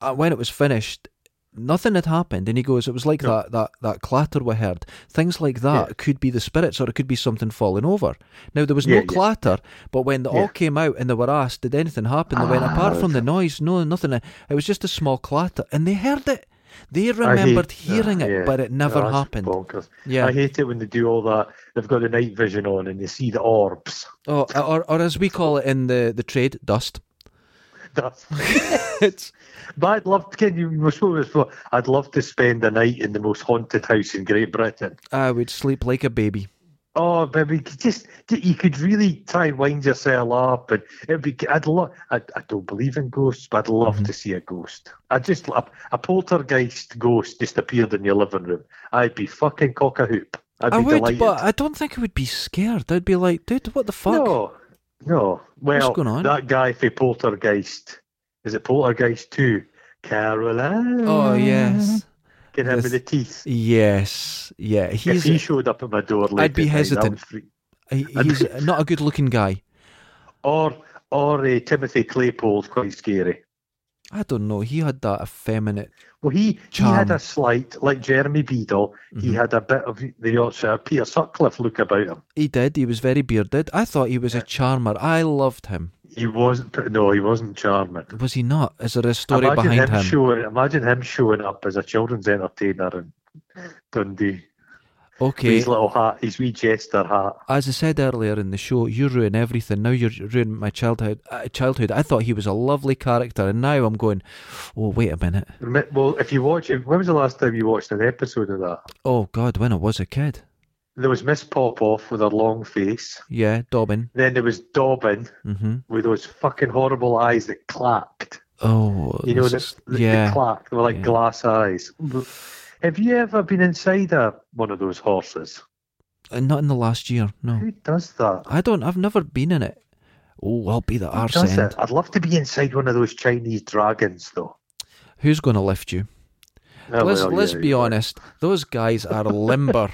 S1: uh, when it was finished, nothing had happened, and he goes, it was like
S2: No.
S1: that that that clatter we heard. Things like that
S2: Yeah.
S1: could be the spirits, or it could be something falling over. Now there was
S2: Yeah,
S1: no
S2: yeah.
S1: clatter, but when they all
S2: Yeah.
S1: came out and they were asked, did anything happen? They went
S2: Ah,
S1: apart from
S2: okay.
S1: the noise, no, nothing. It was just a small clatter, and they heard it. They
S2: I hate-
S1: remembered hearing
S2: Ah,
S1: it,
S2: yeah.
S1: but it never
S2: Oh, that's
S1: happened.
S2: bonkers.
S1: Yeah.
S2: I hate it when they do all that. They've got the night vision on and they see the orbs.
S1: Oh, or, or as we call it in the, the trade, dust.
S2: That's-
S1: It's
S2: but I'd love to. Can you? we spoke about this before. I'd love to spend a night in the most haunted house in Great Britain.
S1: I would sleep like a baby.
S2: Oh, but we could just you could really try and wind yourself up, and it'd be. I'd love. I, I don't believe in ghosts, but I'd love
S1: Mm-hmm.
S2: to see a ghost. I just a, a poltergeist ghost just appeared in your living room. I'd be fucking cock a hoop. I'd
S1: I
S2: be
S1: would,
S2: delighted.
S1: but I don't think I would be scared. I'd be like, dude, what the fuck?
S2: No, no. Well,
S1: going on?
S2: that guy for Poltergeist. Is it Poltergeist 2? Caroline.
S1: Oh yes,
S2: Can have
S1: This-
S2: the teeth.
S1: yes, yeah.
S2: If
S1: He's
S2: he showed up at my door later,
S1: I'd be hesitant. he-
S2: I'd
S1: he's
S2: be-
S1: not a good looking guy.
S2: Or, or uh, Timothy Claypole's quite scary.
S1: I don't know. He had that effeminate.
S2: Well, he, he had
S1: Charm. Mm-hmm.
S2: a slight, like Jeremy Beadle, he had a bit of the Yorkshire Peter Sutcliffe look about him.
S1: He did. He was very bearded. I thought he was a charmer. I loved him.
S2: He wasn't, no, he wasn't charming.
S1: Was he not? Is there a story
S2: imagine
S1: behind
S2: him,
S1: him?
S2: Showing, imagine him showing up as a children's entertainer in Dundee.
S1: Okay.
S2: His little hat, his wee jester hat.
S1: As I said earlier in the show, you ruin everything. Now you're ruining my childhood. Uh, childhood. I thought he was a lovely character, and now I'm going. Oh wait a minute.
S2: Remi- Well, if you watch it, when was the last time you watched an episode of that?
S1: Oh God, when I was a kid.
S2: There was Miss Popoff with her long face.
S1: Yeah, Dobbin.
S2: Then there was Dobbin
S1: Mm-hmm.
S2: with those fucking horrible eyes that clapped.
S1: Oh,
S2: You know,
S1: this
S2: the,
S1: is-
S2: the,
S1: yeah.
S2: they clapped. They were like
S1: Yeah.
S2: glass eyes. Have you ever been inside a, one of those horses?
S1: Uh, not in the last year. No,
S2: Who does that?
S1: I don't. I've never been in it. Oh, I'll be the arse
S2: Does
S1: end.
S2: it? I'd love to be inside one of those Chinese dragons, though.
S1: Who's going to lift you?
S2: Oh,
S1: let's
S2: well,
S1: let's
S2: yeah,
S1: be
S2: yeah.
S1: honest. Those guys are limber,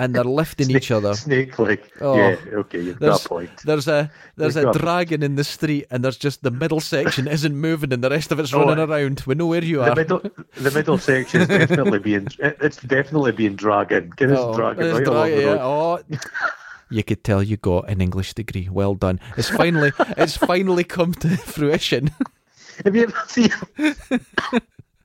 S1: and they're lifting each other.
S2: Snake like.
S1: Oh.
S2: yeah, okay, you've got
S1: There's-
S2: a point.
S1: There's a there's a
S2: We've got-
S1: dragon in the street, and there's just the middle section isn't moving, and the rest of it's
S2: Oh,
S1: running around. We know where you
S2: The
S1: are.
S2: middle, the middle section is definitely being it- it's definitely being dragon. Get this
S1: Oh,
S2: dragon
S1: there's
S2: right along
S1: dragon,
S2: the road.
S1: yeah, oh. You could tell you got an English degree. Well done. It's finally it's finally come to fruition.
S2: Have you ever seen?
S1: oh,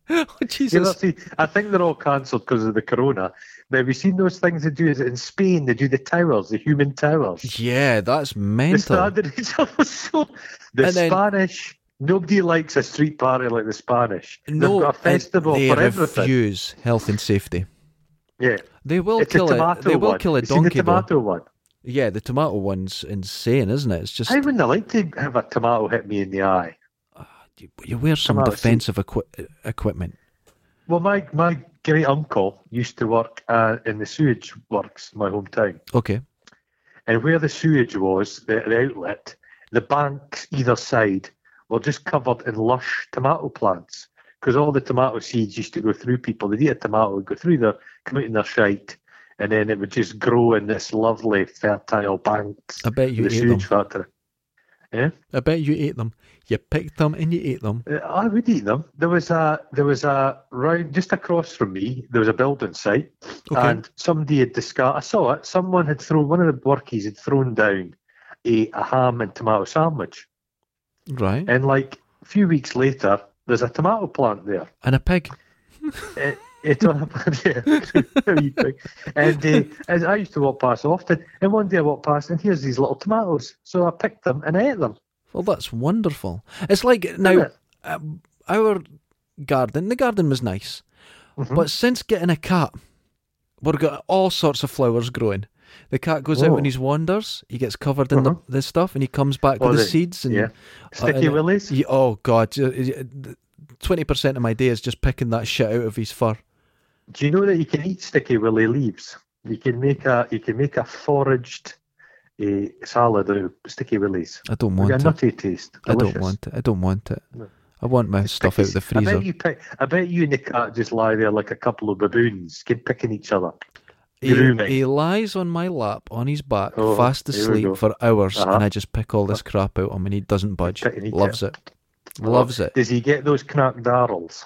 S2: You ever
S1: Jesus.
S2: see, I think they're all cancelled because of the corona. But have you seen those things they do? Is it in Spain? They do the towers, the human towers.
S1: Yeah, that's
S2: They
S1: mental.
S2: started each other so. The
S1: And then-
S2: Spanish. Nobody likes a street party like the Spanish.
S1: No,
S2: They've got a
S1: and
S2: festival
S1: they
S2: for everything.
S1: refuse health and safety.
S2: Yeah,
S1: They will
S2: it's a
S1: kill a,
S2: tomato
S1: they will
S2: one.
S1: kill a
S2: You seen
S1: donkey
S2: the
S1: though.
S2: tomato one.
S1: Yeah, the tomato one's insane, isn't it? It's just
S2: I wouldn't like to have a tomato hit me in the eye.
S1: you, you wear some
S2: Tomato, see-
S1: defensive equi- equipment.
S2: Well, my my great uncle used to work uh, in the sewage works in my hometown,
S1: Okay.
S2: and where the sewage was, the, the outlet, the banks either side were just covered in lush tomato plants because all the tomato seeds used to go through people. They'd eat a tomato, would go through their, come out in their shite, and then it would just grow in this lovely fertile banks.
S1: I bet
S2: of
S1: you
S2: the
S1: ate them.
S2: sewage factory.
S1: I bet you ate them. You picked them and you ate them.
S2: Uh, I would eat them. There was a there was a round just across from me. There was a building site,
S1: Okay.
S2: and somebody had discard. I saw it. Someone had thrown one of the workies had thrown down a, a ham and tomato sandwich,
S1: right.
S2: and like a few weeks later, there's a tomato plant there.
S1: And a pig.
S2: It, it yeah, you think. and uh, and I used to walk past often, and one day I walked past, and here's these little tomatoes. So I picked them and I ate them.
S1: Well, that's wonderful. It's like now
S2: it?
S1: uh, our garden. The garden was nice,
S2: Mhm.
S1: but since getting a cat, we've got all sorts of flowers growing. The cat goes out
S2: Whoa.
S1: and he wanders. He gets covered in
S2: Oh. Uh-huh.
S1: the, the stuff, and he comes back
S2: Oh,
S1: with the,
S2: the-
S1: seeds. And
S2: yeah. Sticky
S1: and-
S2: willies.
S1: Ye- oh god, twenty percent of my day is just picking that shit out of his fur.
S2: Do you know that you can eat sticky willy leaves? You can make a you can make a foraged eh, salad out of sticky willies.
S1: I don't
S2: With
S1: want
S2: a
S1: it.
S2: nutty taste.
S1: I don't
S2: Delicious.
S1: want it. I don't want it.
S2: No.
S1: I want my stuff out of the
S2: I
S1: freezer.
S2: bet you pick, I bet you and the cat just lie there like a couple of baboons, keep picking each other.
S1: He,
S2: grooming.
S1: he lies on my lap on his back,
S2: Oh,
S1: fast
S2: here we
S1: asleep
S2: go.
S1: for hours,
S2: Uh-huh.
S1: and I just pick all this crap out of him, and he doesn't budge.
S2: Picking each
S1: Loves
S2: other.
S1: it. Loves it.
S2: Does he get those knack darrels?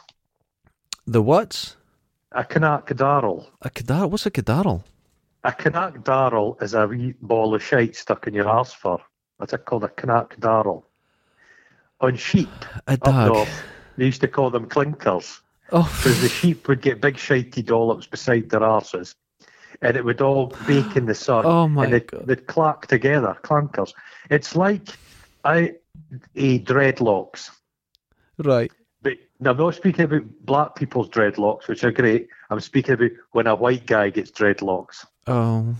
S1: The what?
S2: A knack darrel.
S1: A cadar? What's a cadarl?
S2: A knack darrel is a wee ball of shite stuck in your arse fur. That's a, called a knack darrel. On sheep
S1: A
S2: up
S1: dag.
S2: north, they used to call them clinkers. because the
S1: Oh,
S2: sheep would get big shitey dollops beside their arses, and it would all bake in the sun.
S1: Oh, my
S2: and they'd,
S1: God.
S2: they'd clack together, clankers. It's like I a dreadlocks,
S1: right.
S2: but now I'm not speaking about black people's dreadlocks, which are great. I'm speaking about when a white guy gets dreadlocks.
S1: Oh,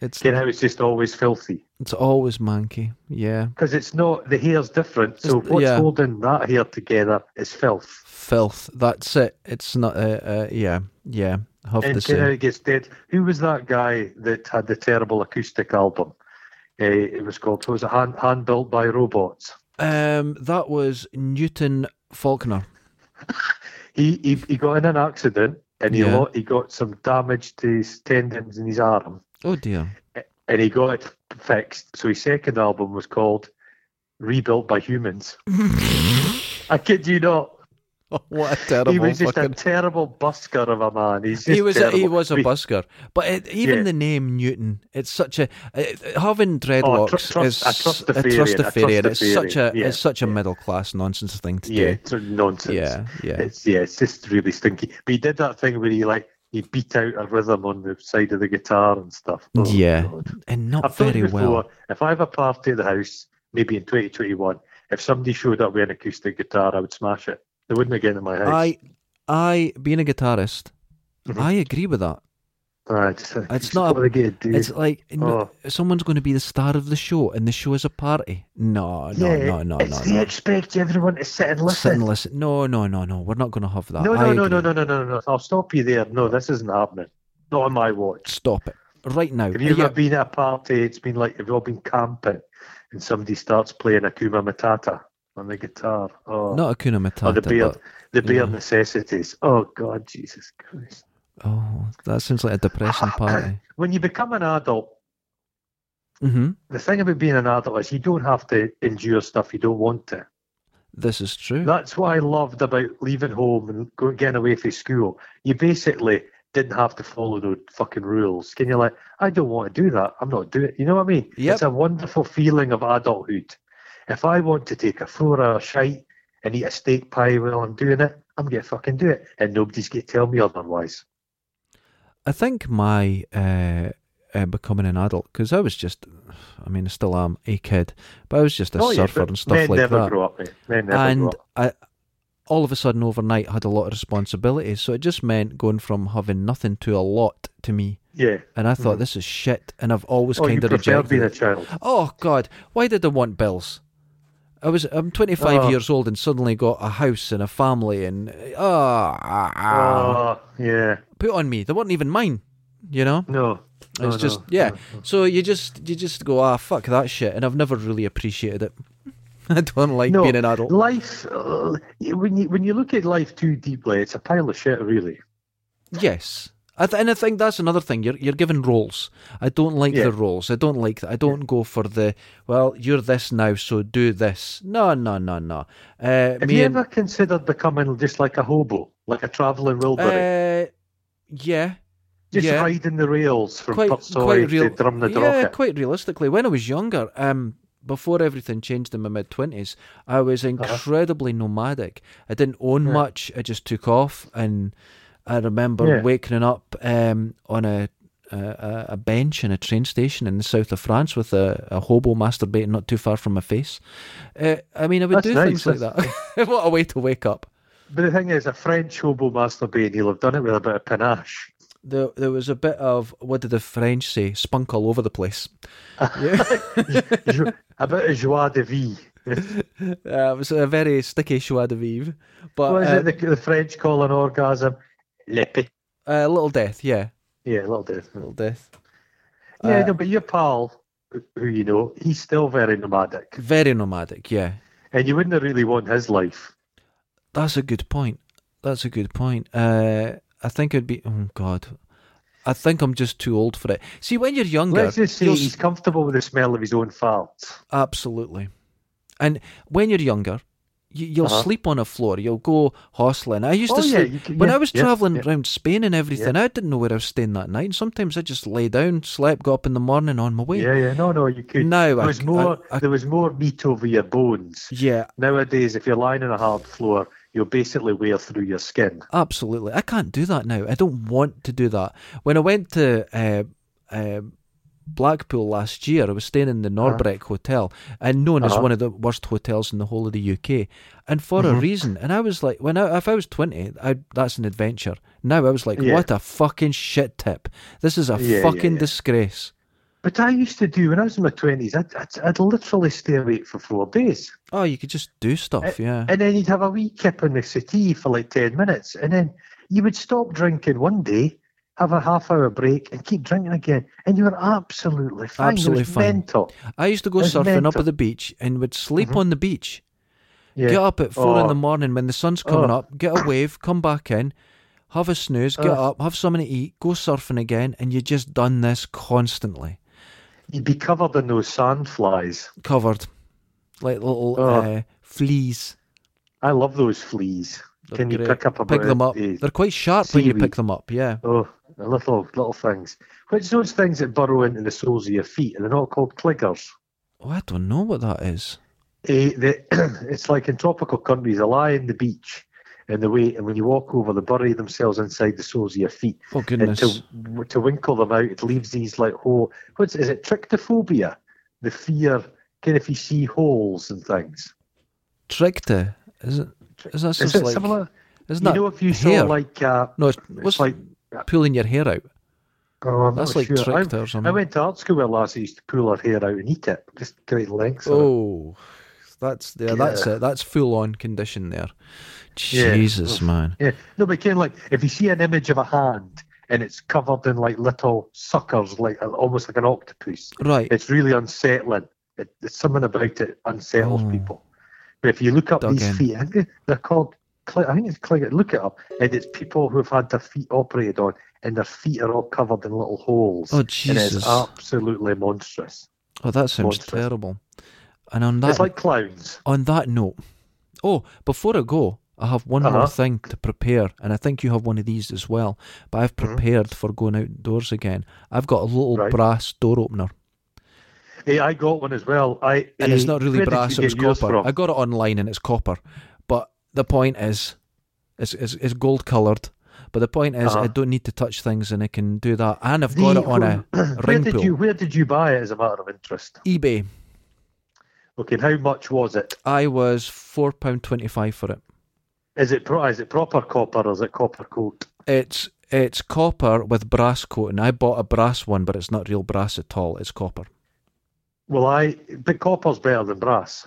S1: it's
S2: You know, it's just always filthy
S1: it's always manky. Yeah,
S2: because it's not the hair's different. So
S1: It's-
S2: what's
S1: yeah.
S2: holding that hair together is filth.
S1: filth. That's it. It's not. Uh, uh, yeah, yeah. Have
S2: And
S1: to
S2: Get Out
S1: say.
S2: It Gets Dead. Who was that guy that had the terrible acoustic album? Uh, it was called. What was it? Hand, hand built by robots.
S1: Um, that was Newton Faulkner.
S2: He he, he got in an accident and he
S1: Yeah.
S2: lo- he got some damage to his tendons in his arm
S1: Oh dear.
S2: and he got it fixed. So his second album was called Rebuilt by Humans. I kid you not.
S1: what a terrible
S2: he was just
S1: fucking.
S2: a terrible busker of a man. He's just
S1: he was a,
S2: terrible.
S1: he was a
S2: But-
S1: busker, but it, even
S2: Yeah.
S1: the name Newton, it's such a it, it- having
S2: Oh,
S1: dreadlocks
S2: tr- trust-
S1: is
S2: a trustafarian,
S1: a trustafarian.
S2: a
S1: It's such a
S2: trustafarian, yeah,
S1: it's such a
S2: yeah.
S1: middle class nonsense thing to
S2: Yeah,
S1: do.
S2: it's nonsense.
S1: Yeah, yeah.
S2: It's yeah, it's just really stinky. But he did that thing where he like he beat out a rhythm on the side of the guitar and stuff. Oh,
S1: Yeah.
S2: God.
S1: and not
S2: I've told
S1: very
S2: you before,
S1: well.
S2: If I have a party at the house, maybe in 2021, if somebody showed up with an acoustic guitar, I would smash it. They wouldn't get in my house.
S1: I I being a guitarist,
S2: Mhm.
S1: I agree with that.
S2: Ah, just,
S1: It's not
S2: what
S1: a-
S2: they get to do.
S1: It's like you
S2: Oh.
S1: know, someone's going to be the star of the show, and the show is a party. No, no,
S2: yeah,
S1: no, no, no,
S2: it's
S1: no.
S2: They expect everyone to sit and
S1: Sit and
S2: listen.
S1: listen. No, no, no, no. We're not going to have that.
S2: no,
S1: I
S2: no, no, no,
S1: agree.
S2: no, no, no, no. I'll stop you there. No, this isn't happening. Not on my watch.
S1: Stop it right now.
S2: Have you ever
S1: Yeah.
S2: been at a party? It's been like you've all been camping, and somebody starts playing Akuma Matata on the guitar. Oh,
S1: Not Akuna Matata.
S2: or the bare,
S1: but-
S2: the bare
S1: yeah.
S2: necessities. Oh God, Jesus Christ!
S1: Oh, that sounds like a depressing party.
S2: When you become an adult,
S1: hmm
S2: the thing about being an adult is you don't have to endure stuff you don't want to.
S1: This is true.
S2: That's what I loved about leaving home and going getting away from school. You basically didn't have to follow those fucking rules. Can you like, I don't want to do that. I'm not doing it. You know what I mean?
S1: Yep.
S2: It's a wonderful feeling of adulthood. If I want to take a four hour shite and eat a steak pie while I'm doing it, I'm going to fucking do it. And nobody's going to tell me otherwise.
S1: I think my uh, uh, becoming an adult because I was just, I mean, I still am a kid, but I was just a
S2: Oh, yeah,
S1: surfer
S2: but
S1: and stuff
S2: men
S1: like
S2: never
S1: that.
S2: grow up, mate. Men never grow
S1: and
S2: up.
S1: I, all of a sudden, overnight, had a lot of responsibilities. So it just meant going from having nothing to a lot to me.
S2: Yeah.
S1: And I thought, this is shit. And I've always
S2: Hmm. Oh, you
S1: kind of
S2: prefer
S1: rejected
S2: being a
S1: it.
S2: child.
S1: Oh God, why did I want bills? I was I'm 25
S2: Oh.
S1: years old and suddenly got a house and a family and ah ah
S2: Oh, yeah.
S1: put on me. They weren't even mine, you know.
S2: No. no,
S1: It's just
S2: Oh, no.
S1: yeah. So you just you just go ah fuck that shit, and I've never really appreciated it. I don't like being an adult.
S2: Life, uh, when you when you look at life too deeply, it's a pile of shit, really.
S1: Yes. I th- and I think that's another thing. You're you're given roles. I don't like
S2: Yeah.
S1: the roles. I don't like. Th- I don't go for the well. You're this now, so do this. No, no, no, no. Uh,
S2: Have
S1: me
S2: you
S1: and-
S2: ever considered becoming just like a hobo, like a travelling Wilbury,
S1: Uh, yeah,
S2: just
S1: yeah.
S2: riding the rails from
S1: quite
S2: Pursoy
S1: quite real.
S2: to Drumna
S1: yeah, quite realistically, when I was younger, um, before everything changed in my mid twenties, I was incredibly nomadic. I didn't own
S2: Uh-huh. Yeah.
S1: much. I just took off, and I remember
S2: Yeah.
S1: waking up um, on a, a a bench in a train station in the south of France with a, a hobo masturbating not too far from my face. Uh, I mean, I would
S2: That's
S1: do
S2: nice,
S1: things like that. what a way to wake up!
S2: But the thing is, a French hobo masturbating, he'll have done it with a bit of panache.
S1: there, there was a bit of what did the French say? Spunk all over the place. Yeah.
S2: Jo- a bit of joie de vie.
S1: Uh, it was a very sticky joie de vivre, but
S2: What is
S1: uh,
S2: it the, the French call an orgasm? Le pe-
S1: uh, little death, yeah,
S2: Yeah, a little bit.
S1: little death.
S2: Yeah,
S1: Uh,
S2: no, but your pal, who- who you know, he's still very nomadic,
S1: Very nomadic, yeah.
S2: and you wouldn't really want his life.
S1: That's a good point. That's a good point. Uh, I think it'd be. Oh God, I think I'm just too old for it. See, when you're younger,
S2: Let's just say
S1: you'll
S2: he's comfortable with the smell of his own farts.
S1: Absolutely. And when you're younger, you, you'll
S2: Uh-huh.
S1: sleep on a floor. You'll go hostling. I used
S2: Oh,
S1: to
S2: yeah,
S1: sleep
S2: you can-
S1: when
S2: yeah,
S1: I was
S2: yeah,
S1: traveling
S2: yeah.
S1: around Spain and everything. I didn't know where I was staying that night. And sometimes I just lay down, slept, got up in the morning on my way.
S2: Yeah, yeah, no, no, you could.
S1: No,
S2: there
S1: I-
S2: was more.
S1: I- I-
S2: there was more meat over your bones.
S1: Yeah,
S2: Nowadays, if you're lying on a hard floor, you'll basically wear through your skin.
S1: absolutely. I can't do that now. I don't want to do that. When I went to uh, uh, Blackpool last year, I was staying in the Norbrec Hotel, and known as
S2: Uh-huh. Mm-hmm.
S1: one of the worst hotels in the whole of the UK, and for a reason. And I was like, when I, if I was twenty, I, that's an adventure. Now I was like,
S2: Yeah.
S1: what a fucking shit tip. This is a
S2: Yeah, yeah,
S1: fucking
S2: yeah.
S1: disgrace.
S2: But I used to do when I was in my twenties. I'd, I'd, I'd literally stay awake for four days,
S1: Oh, you could just do stuff, yeah.
S2: and then you'd have a wee kip on the settee for like ten minutes, and then you would stop drinking one day, have a half hour break, and keep drinking again, and you were absolutely fine. It
S1: Absolutely
S2: was
S1: fine.
S2: Mental.
S1: I used to go
S2: It's
S1: surfing up
S2: mental. Mm-hmm.
S1: at the beach and would sleep on the beach.
S2: Yeah.
S1: Get up at four in
S2: Oh.
S1: the morning when the sun's coming
S2: Oh.
S1: up, get a wave, come back in, have a snooze, get
S2: Oh.
S1: up, have something to eat, go surfing again, and you just done this constantly,
S2: You'd be covered in those sand flies.
S1: covered like little
S2: Oh.
S1: uh, fleas.
S2: I love those fleas.
S1: They're
S2: Can you
S1: great.
S2: pick up a
S1: Pick
S2: bit
S1: them
S2: of
S1: up.
S2: the-
S1: They're quite sharp when you
S2: seaweed.
S1: pick them up. Yeah,
S2: Oh, the little little things. Which those things that burrow into the soles of your feet, and they're not called clickers.
S1: oh, I don't know what that is.
S2: Eh, the, it's like in tropical countries, they lie on the beach and they wait, and when you walk over, they bury themselves inside the soles of your feet.
S1: Oh goodness,
S2: And to to winkle them out, it leaves these like hole. What's is it? Trichtophobia, the fear. Kind of if you see holes and things.
S1: trickta. Is it? Is that
S2: Is
S1: just
S2: it
S1: like?
S2: similar?
S1: Isn't
S2: You
S1: that
S2: know, if you
S1: hair?
S2: saw like uh,
S1: no, it's,
S2: it's
S1: what's
S2: like
S1: pulling your hair out?
S2: Oh, I'm
S1: That's
S2: not
S1: like
S2: sure. I-
S1: tricked or
S2: I
S1: something.
S2: went to art school where Lassie used to pull her hair out and eat it. Just great lengths. of it.
S1: Oh, that's yeah, that's it. That's full on condition there.
S2: Yeah.
S1: Jesus, man.
S2: Yeah. No, but kind of like if you see an image of a hand and it's covered in like little suckers, like almost like an octopus,
S1: Right.
S2: it's really unsettling. It, it's something about it unsettles
S1: Oh.
S2: people. But if you look up
S1: Dug
S2: these
S1: in.
S2: feet, I think they're called. cli- I think it's cli Look it up, and it's people who've had their feet operated on, and their feet are all covered in little holes.
S1: Oh,
S2: And
S1: Jesus.
S2: it's absolutely monstrous.
S1: Oh, that sounds
S2: monstrous.
S1: terrible. And on that
S2: It's like clowns.
S1: on that note, oh, before I go, I have one more
S2: Uh-huh.
S1: thing to prepare, and I think you have one of these as well. But I've prepared for going outdoors again. I've got a little
S2: Mm-hmm. Right.
S1: brass door opener,
S2: Hey, I got one as well. I
S1: and it's
S2: eh,
S1: not really
S2: where did
S1: brass;
S2: you
S1: it was
S2: get yours
S1: copper.
S2: from?
S1: I got it online, and it's copper. But the point is, It's it's, it's gold coloured. But the point is,
S2: Uh-huh.
S1: I don't need to touch things, and I can do that. And I've got it on a
S2: where
S1: ring
S2: did
S1: pull.
S2: you where did you buy it as a matter of interest?
S1: eBay.
S2: Okay, and how much was it?
S1: I was four pound twenty five for it.
S2: Is it pro- is it proper copper or is it copper coat?
S1: It's it's copper with brass coating. I bought a brass one, but it's not real brass at all. It's copper.
S2: Well, I but copper's better than brass.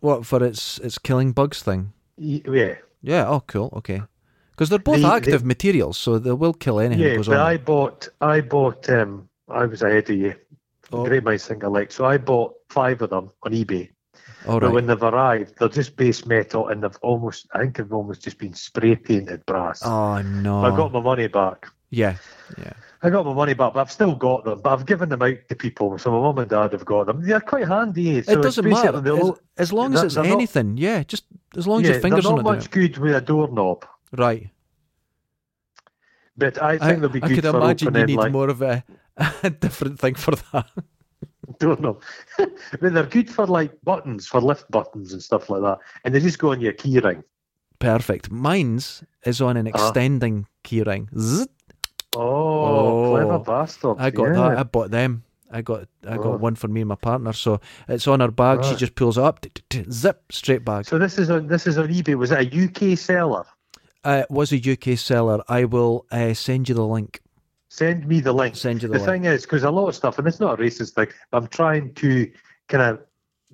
S1: What for? It's it's killing bugs thing.
S2: Y- Yeah,
S1: Yeah. Oh, cool. Okay. Because they're both
S2: The- the-
S1: active materials, so they will kill anything that
S2: yeah.
S1: goes
S2: But
S1: on.
S2: I
S1: it.
S2: bought I bought um I was ahead of you.
S1: Oh.
S2: Great minds think alike. So I bought five of them on eBay.
S1: All
S2: But
S1: right.
S2: when they've arrived, they're just base metal and they've almost I think they've almost just been spray painted brass.
S1: Oh no.
S2: I got my money back.
S1: yeah. Yeah.
S2: I got my money back, but I've still got them. But I've given them out to people. So my mum and dad have got them. They're quite handy. eh? So
S1: it
S2: it's
S1: doesn't
S2: basically
S1: matter
S2: they're
S1: as,
S2: all-
S1: as long as
S2: they're-
S1: it's
S2: they're not-
S1: anything. yeah. Just as long as
S2: yeah,
S1: your fingers
S2: they're
S1: are
S2: not
S1: not doing
S2: much good with a doorknob,
S1: it. Right.
S2: but I
S1: I,
S2: think they'll be
S1: I
S2: good
S1: could
S2: for
S1: imagine you
S2: opening
S1: need
S2: like
S1: more of a, a different thing for that.
S2: doorknob. but they're good for like buttons, for lift buttons and stuff like that. And they just go on your keyring.
S1: Perfect. Mine's is on an
S2: Uh-huh.
S1: extending keyring. Zzz.
S2: Oh,
S1: Oh,
S2: clever bastard!
S1: I got
S2: yeah.
S1: that. I bought them. I got I got
S2: Oh.
S1: one for me and my partner. So it's on her bag. She
S2: Right.
S1: just pulls it up. t- t- t- Zip straight bag.
S2: So this is on this is on eBay. Was it a UK seller?
S1: Uh, it was a UK seller. I will uh, send you the link.
S2: Send me the link.
S1: Send you the,
S2: The
S1: link.
S2: thing is, because a lot of stuff, and it's not a racist thing, but I'm trying to kind of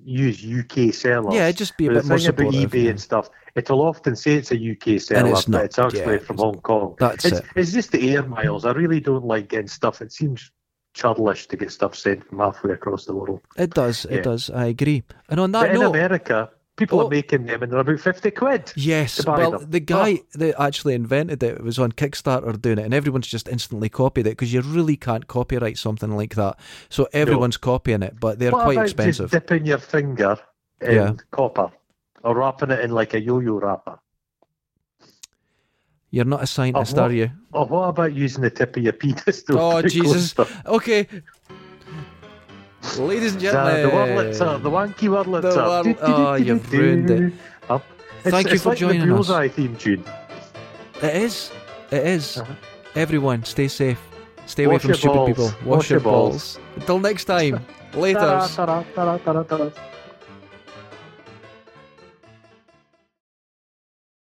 S2: use UK sellers.
S1: Yeah, just be a
S2: But
S1: bit
S2: the
S1: more
S2: thing about
S1: supportive.
S2: eBay
S1: yeah.
S2: and stuff, it'll often say it's a UK seller,
S1: it's not.
S2: but it's actually
S1: Yeah,
S2: from
S1: it's-
S2: Hong Kong.
S1: That's
S2: it's,
S1: it.
S2: it's just the air miles. I really don't like getting stuff. It seems churlish to get stuff sent from halfway across the world.
S1: It does. It
S2: Yeah.
S1: does. I agree. And on
S2: But
S1: that
S2: in
S1: note,
S2: America, people
S1: Oh.
S2: are making them and they're about 50 quid.
S1: Yes,
S2: to buy
S1: well,
S2: them. Oh.
S1: the guy that actually invented it was on Kickstarter doing it, and everyone's just instantly copied it because you really can't copyright something like that. So everyone's copying it, but they're
S2: what
S1: quite
S2: about
S1: expensive.
S2: just dipping your finger in
S1: Yeah.
S2: copper or wrapping it in like a yo-yo wrapper?
S1: You're not a scientist,
S2: what-
S1: are you?
S2: Or what about using the tip of your penis? to
S1: Oh,
S2: open
S1: Jesus.
S2: close stuff?
S1: Okay. Ladies and
S2: The, the Wurlitzer,
S1: gentlemen,
S2: the wanky Wurlitzer.
S1: The Wurl-
S2: Do, do, do,
S1: oh,
S2: do,
S1: you've
S2: do,
S1: ruined
S2: do.
S1: it.
S2: Up. It's,
S1: Thank you
S2: it's
S1: for
S2: like
S1: joining us.
S2: the Bullseye theme tune.
S1: it is. It is.
S2: Uh-huh.
S1: Everyone, stay safe. Stay away
S2: Wash
S1: from
S2: your
S1: stupid
S2: balls.
S1: people. Wash,
S2: Wash
S1: your
S2: your balls.
S1: balls. Until next time. Later.
S2: Ta-ra, ta-ra, ta-ra, ta-ra, ta-ra.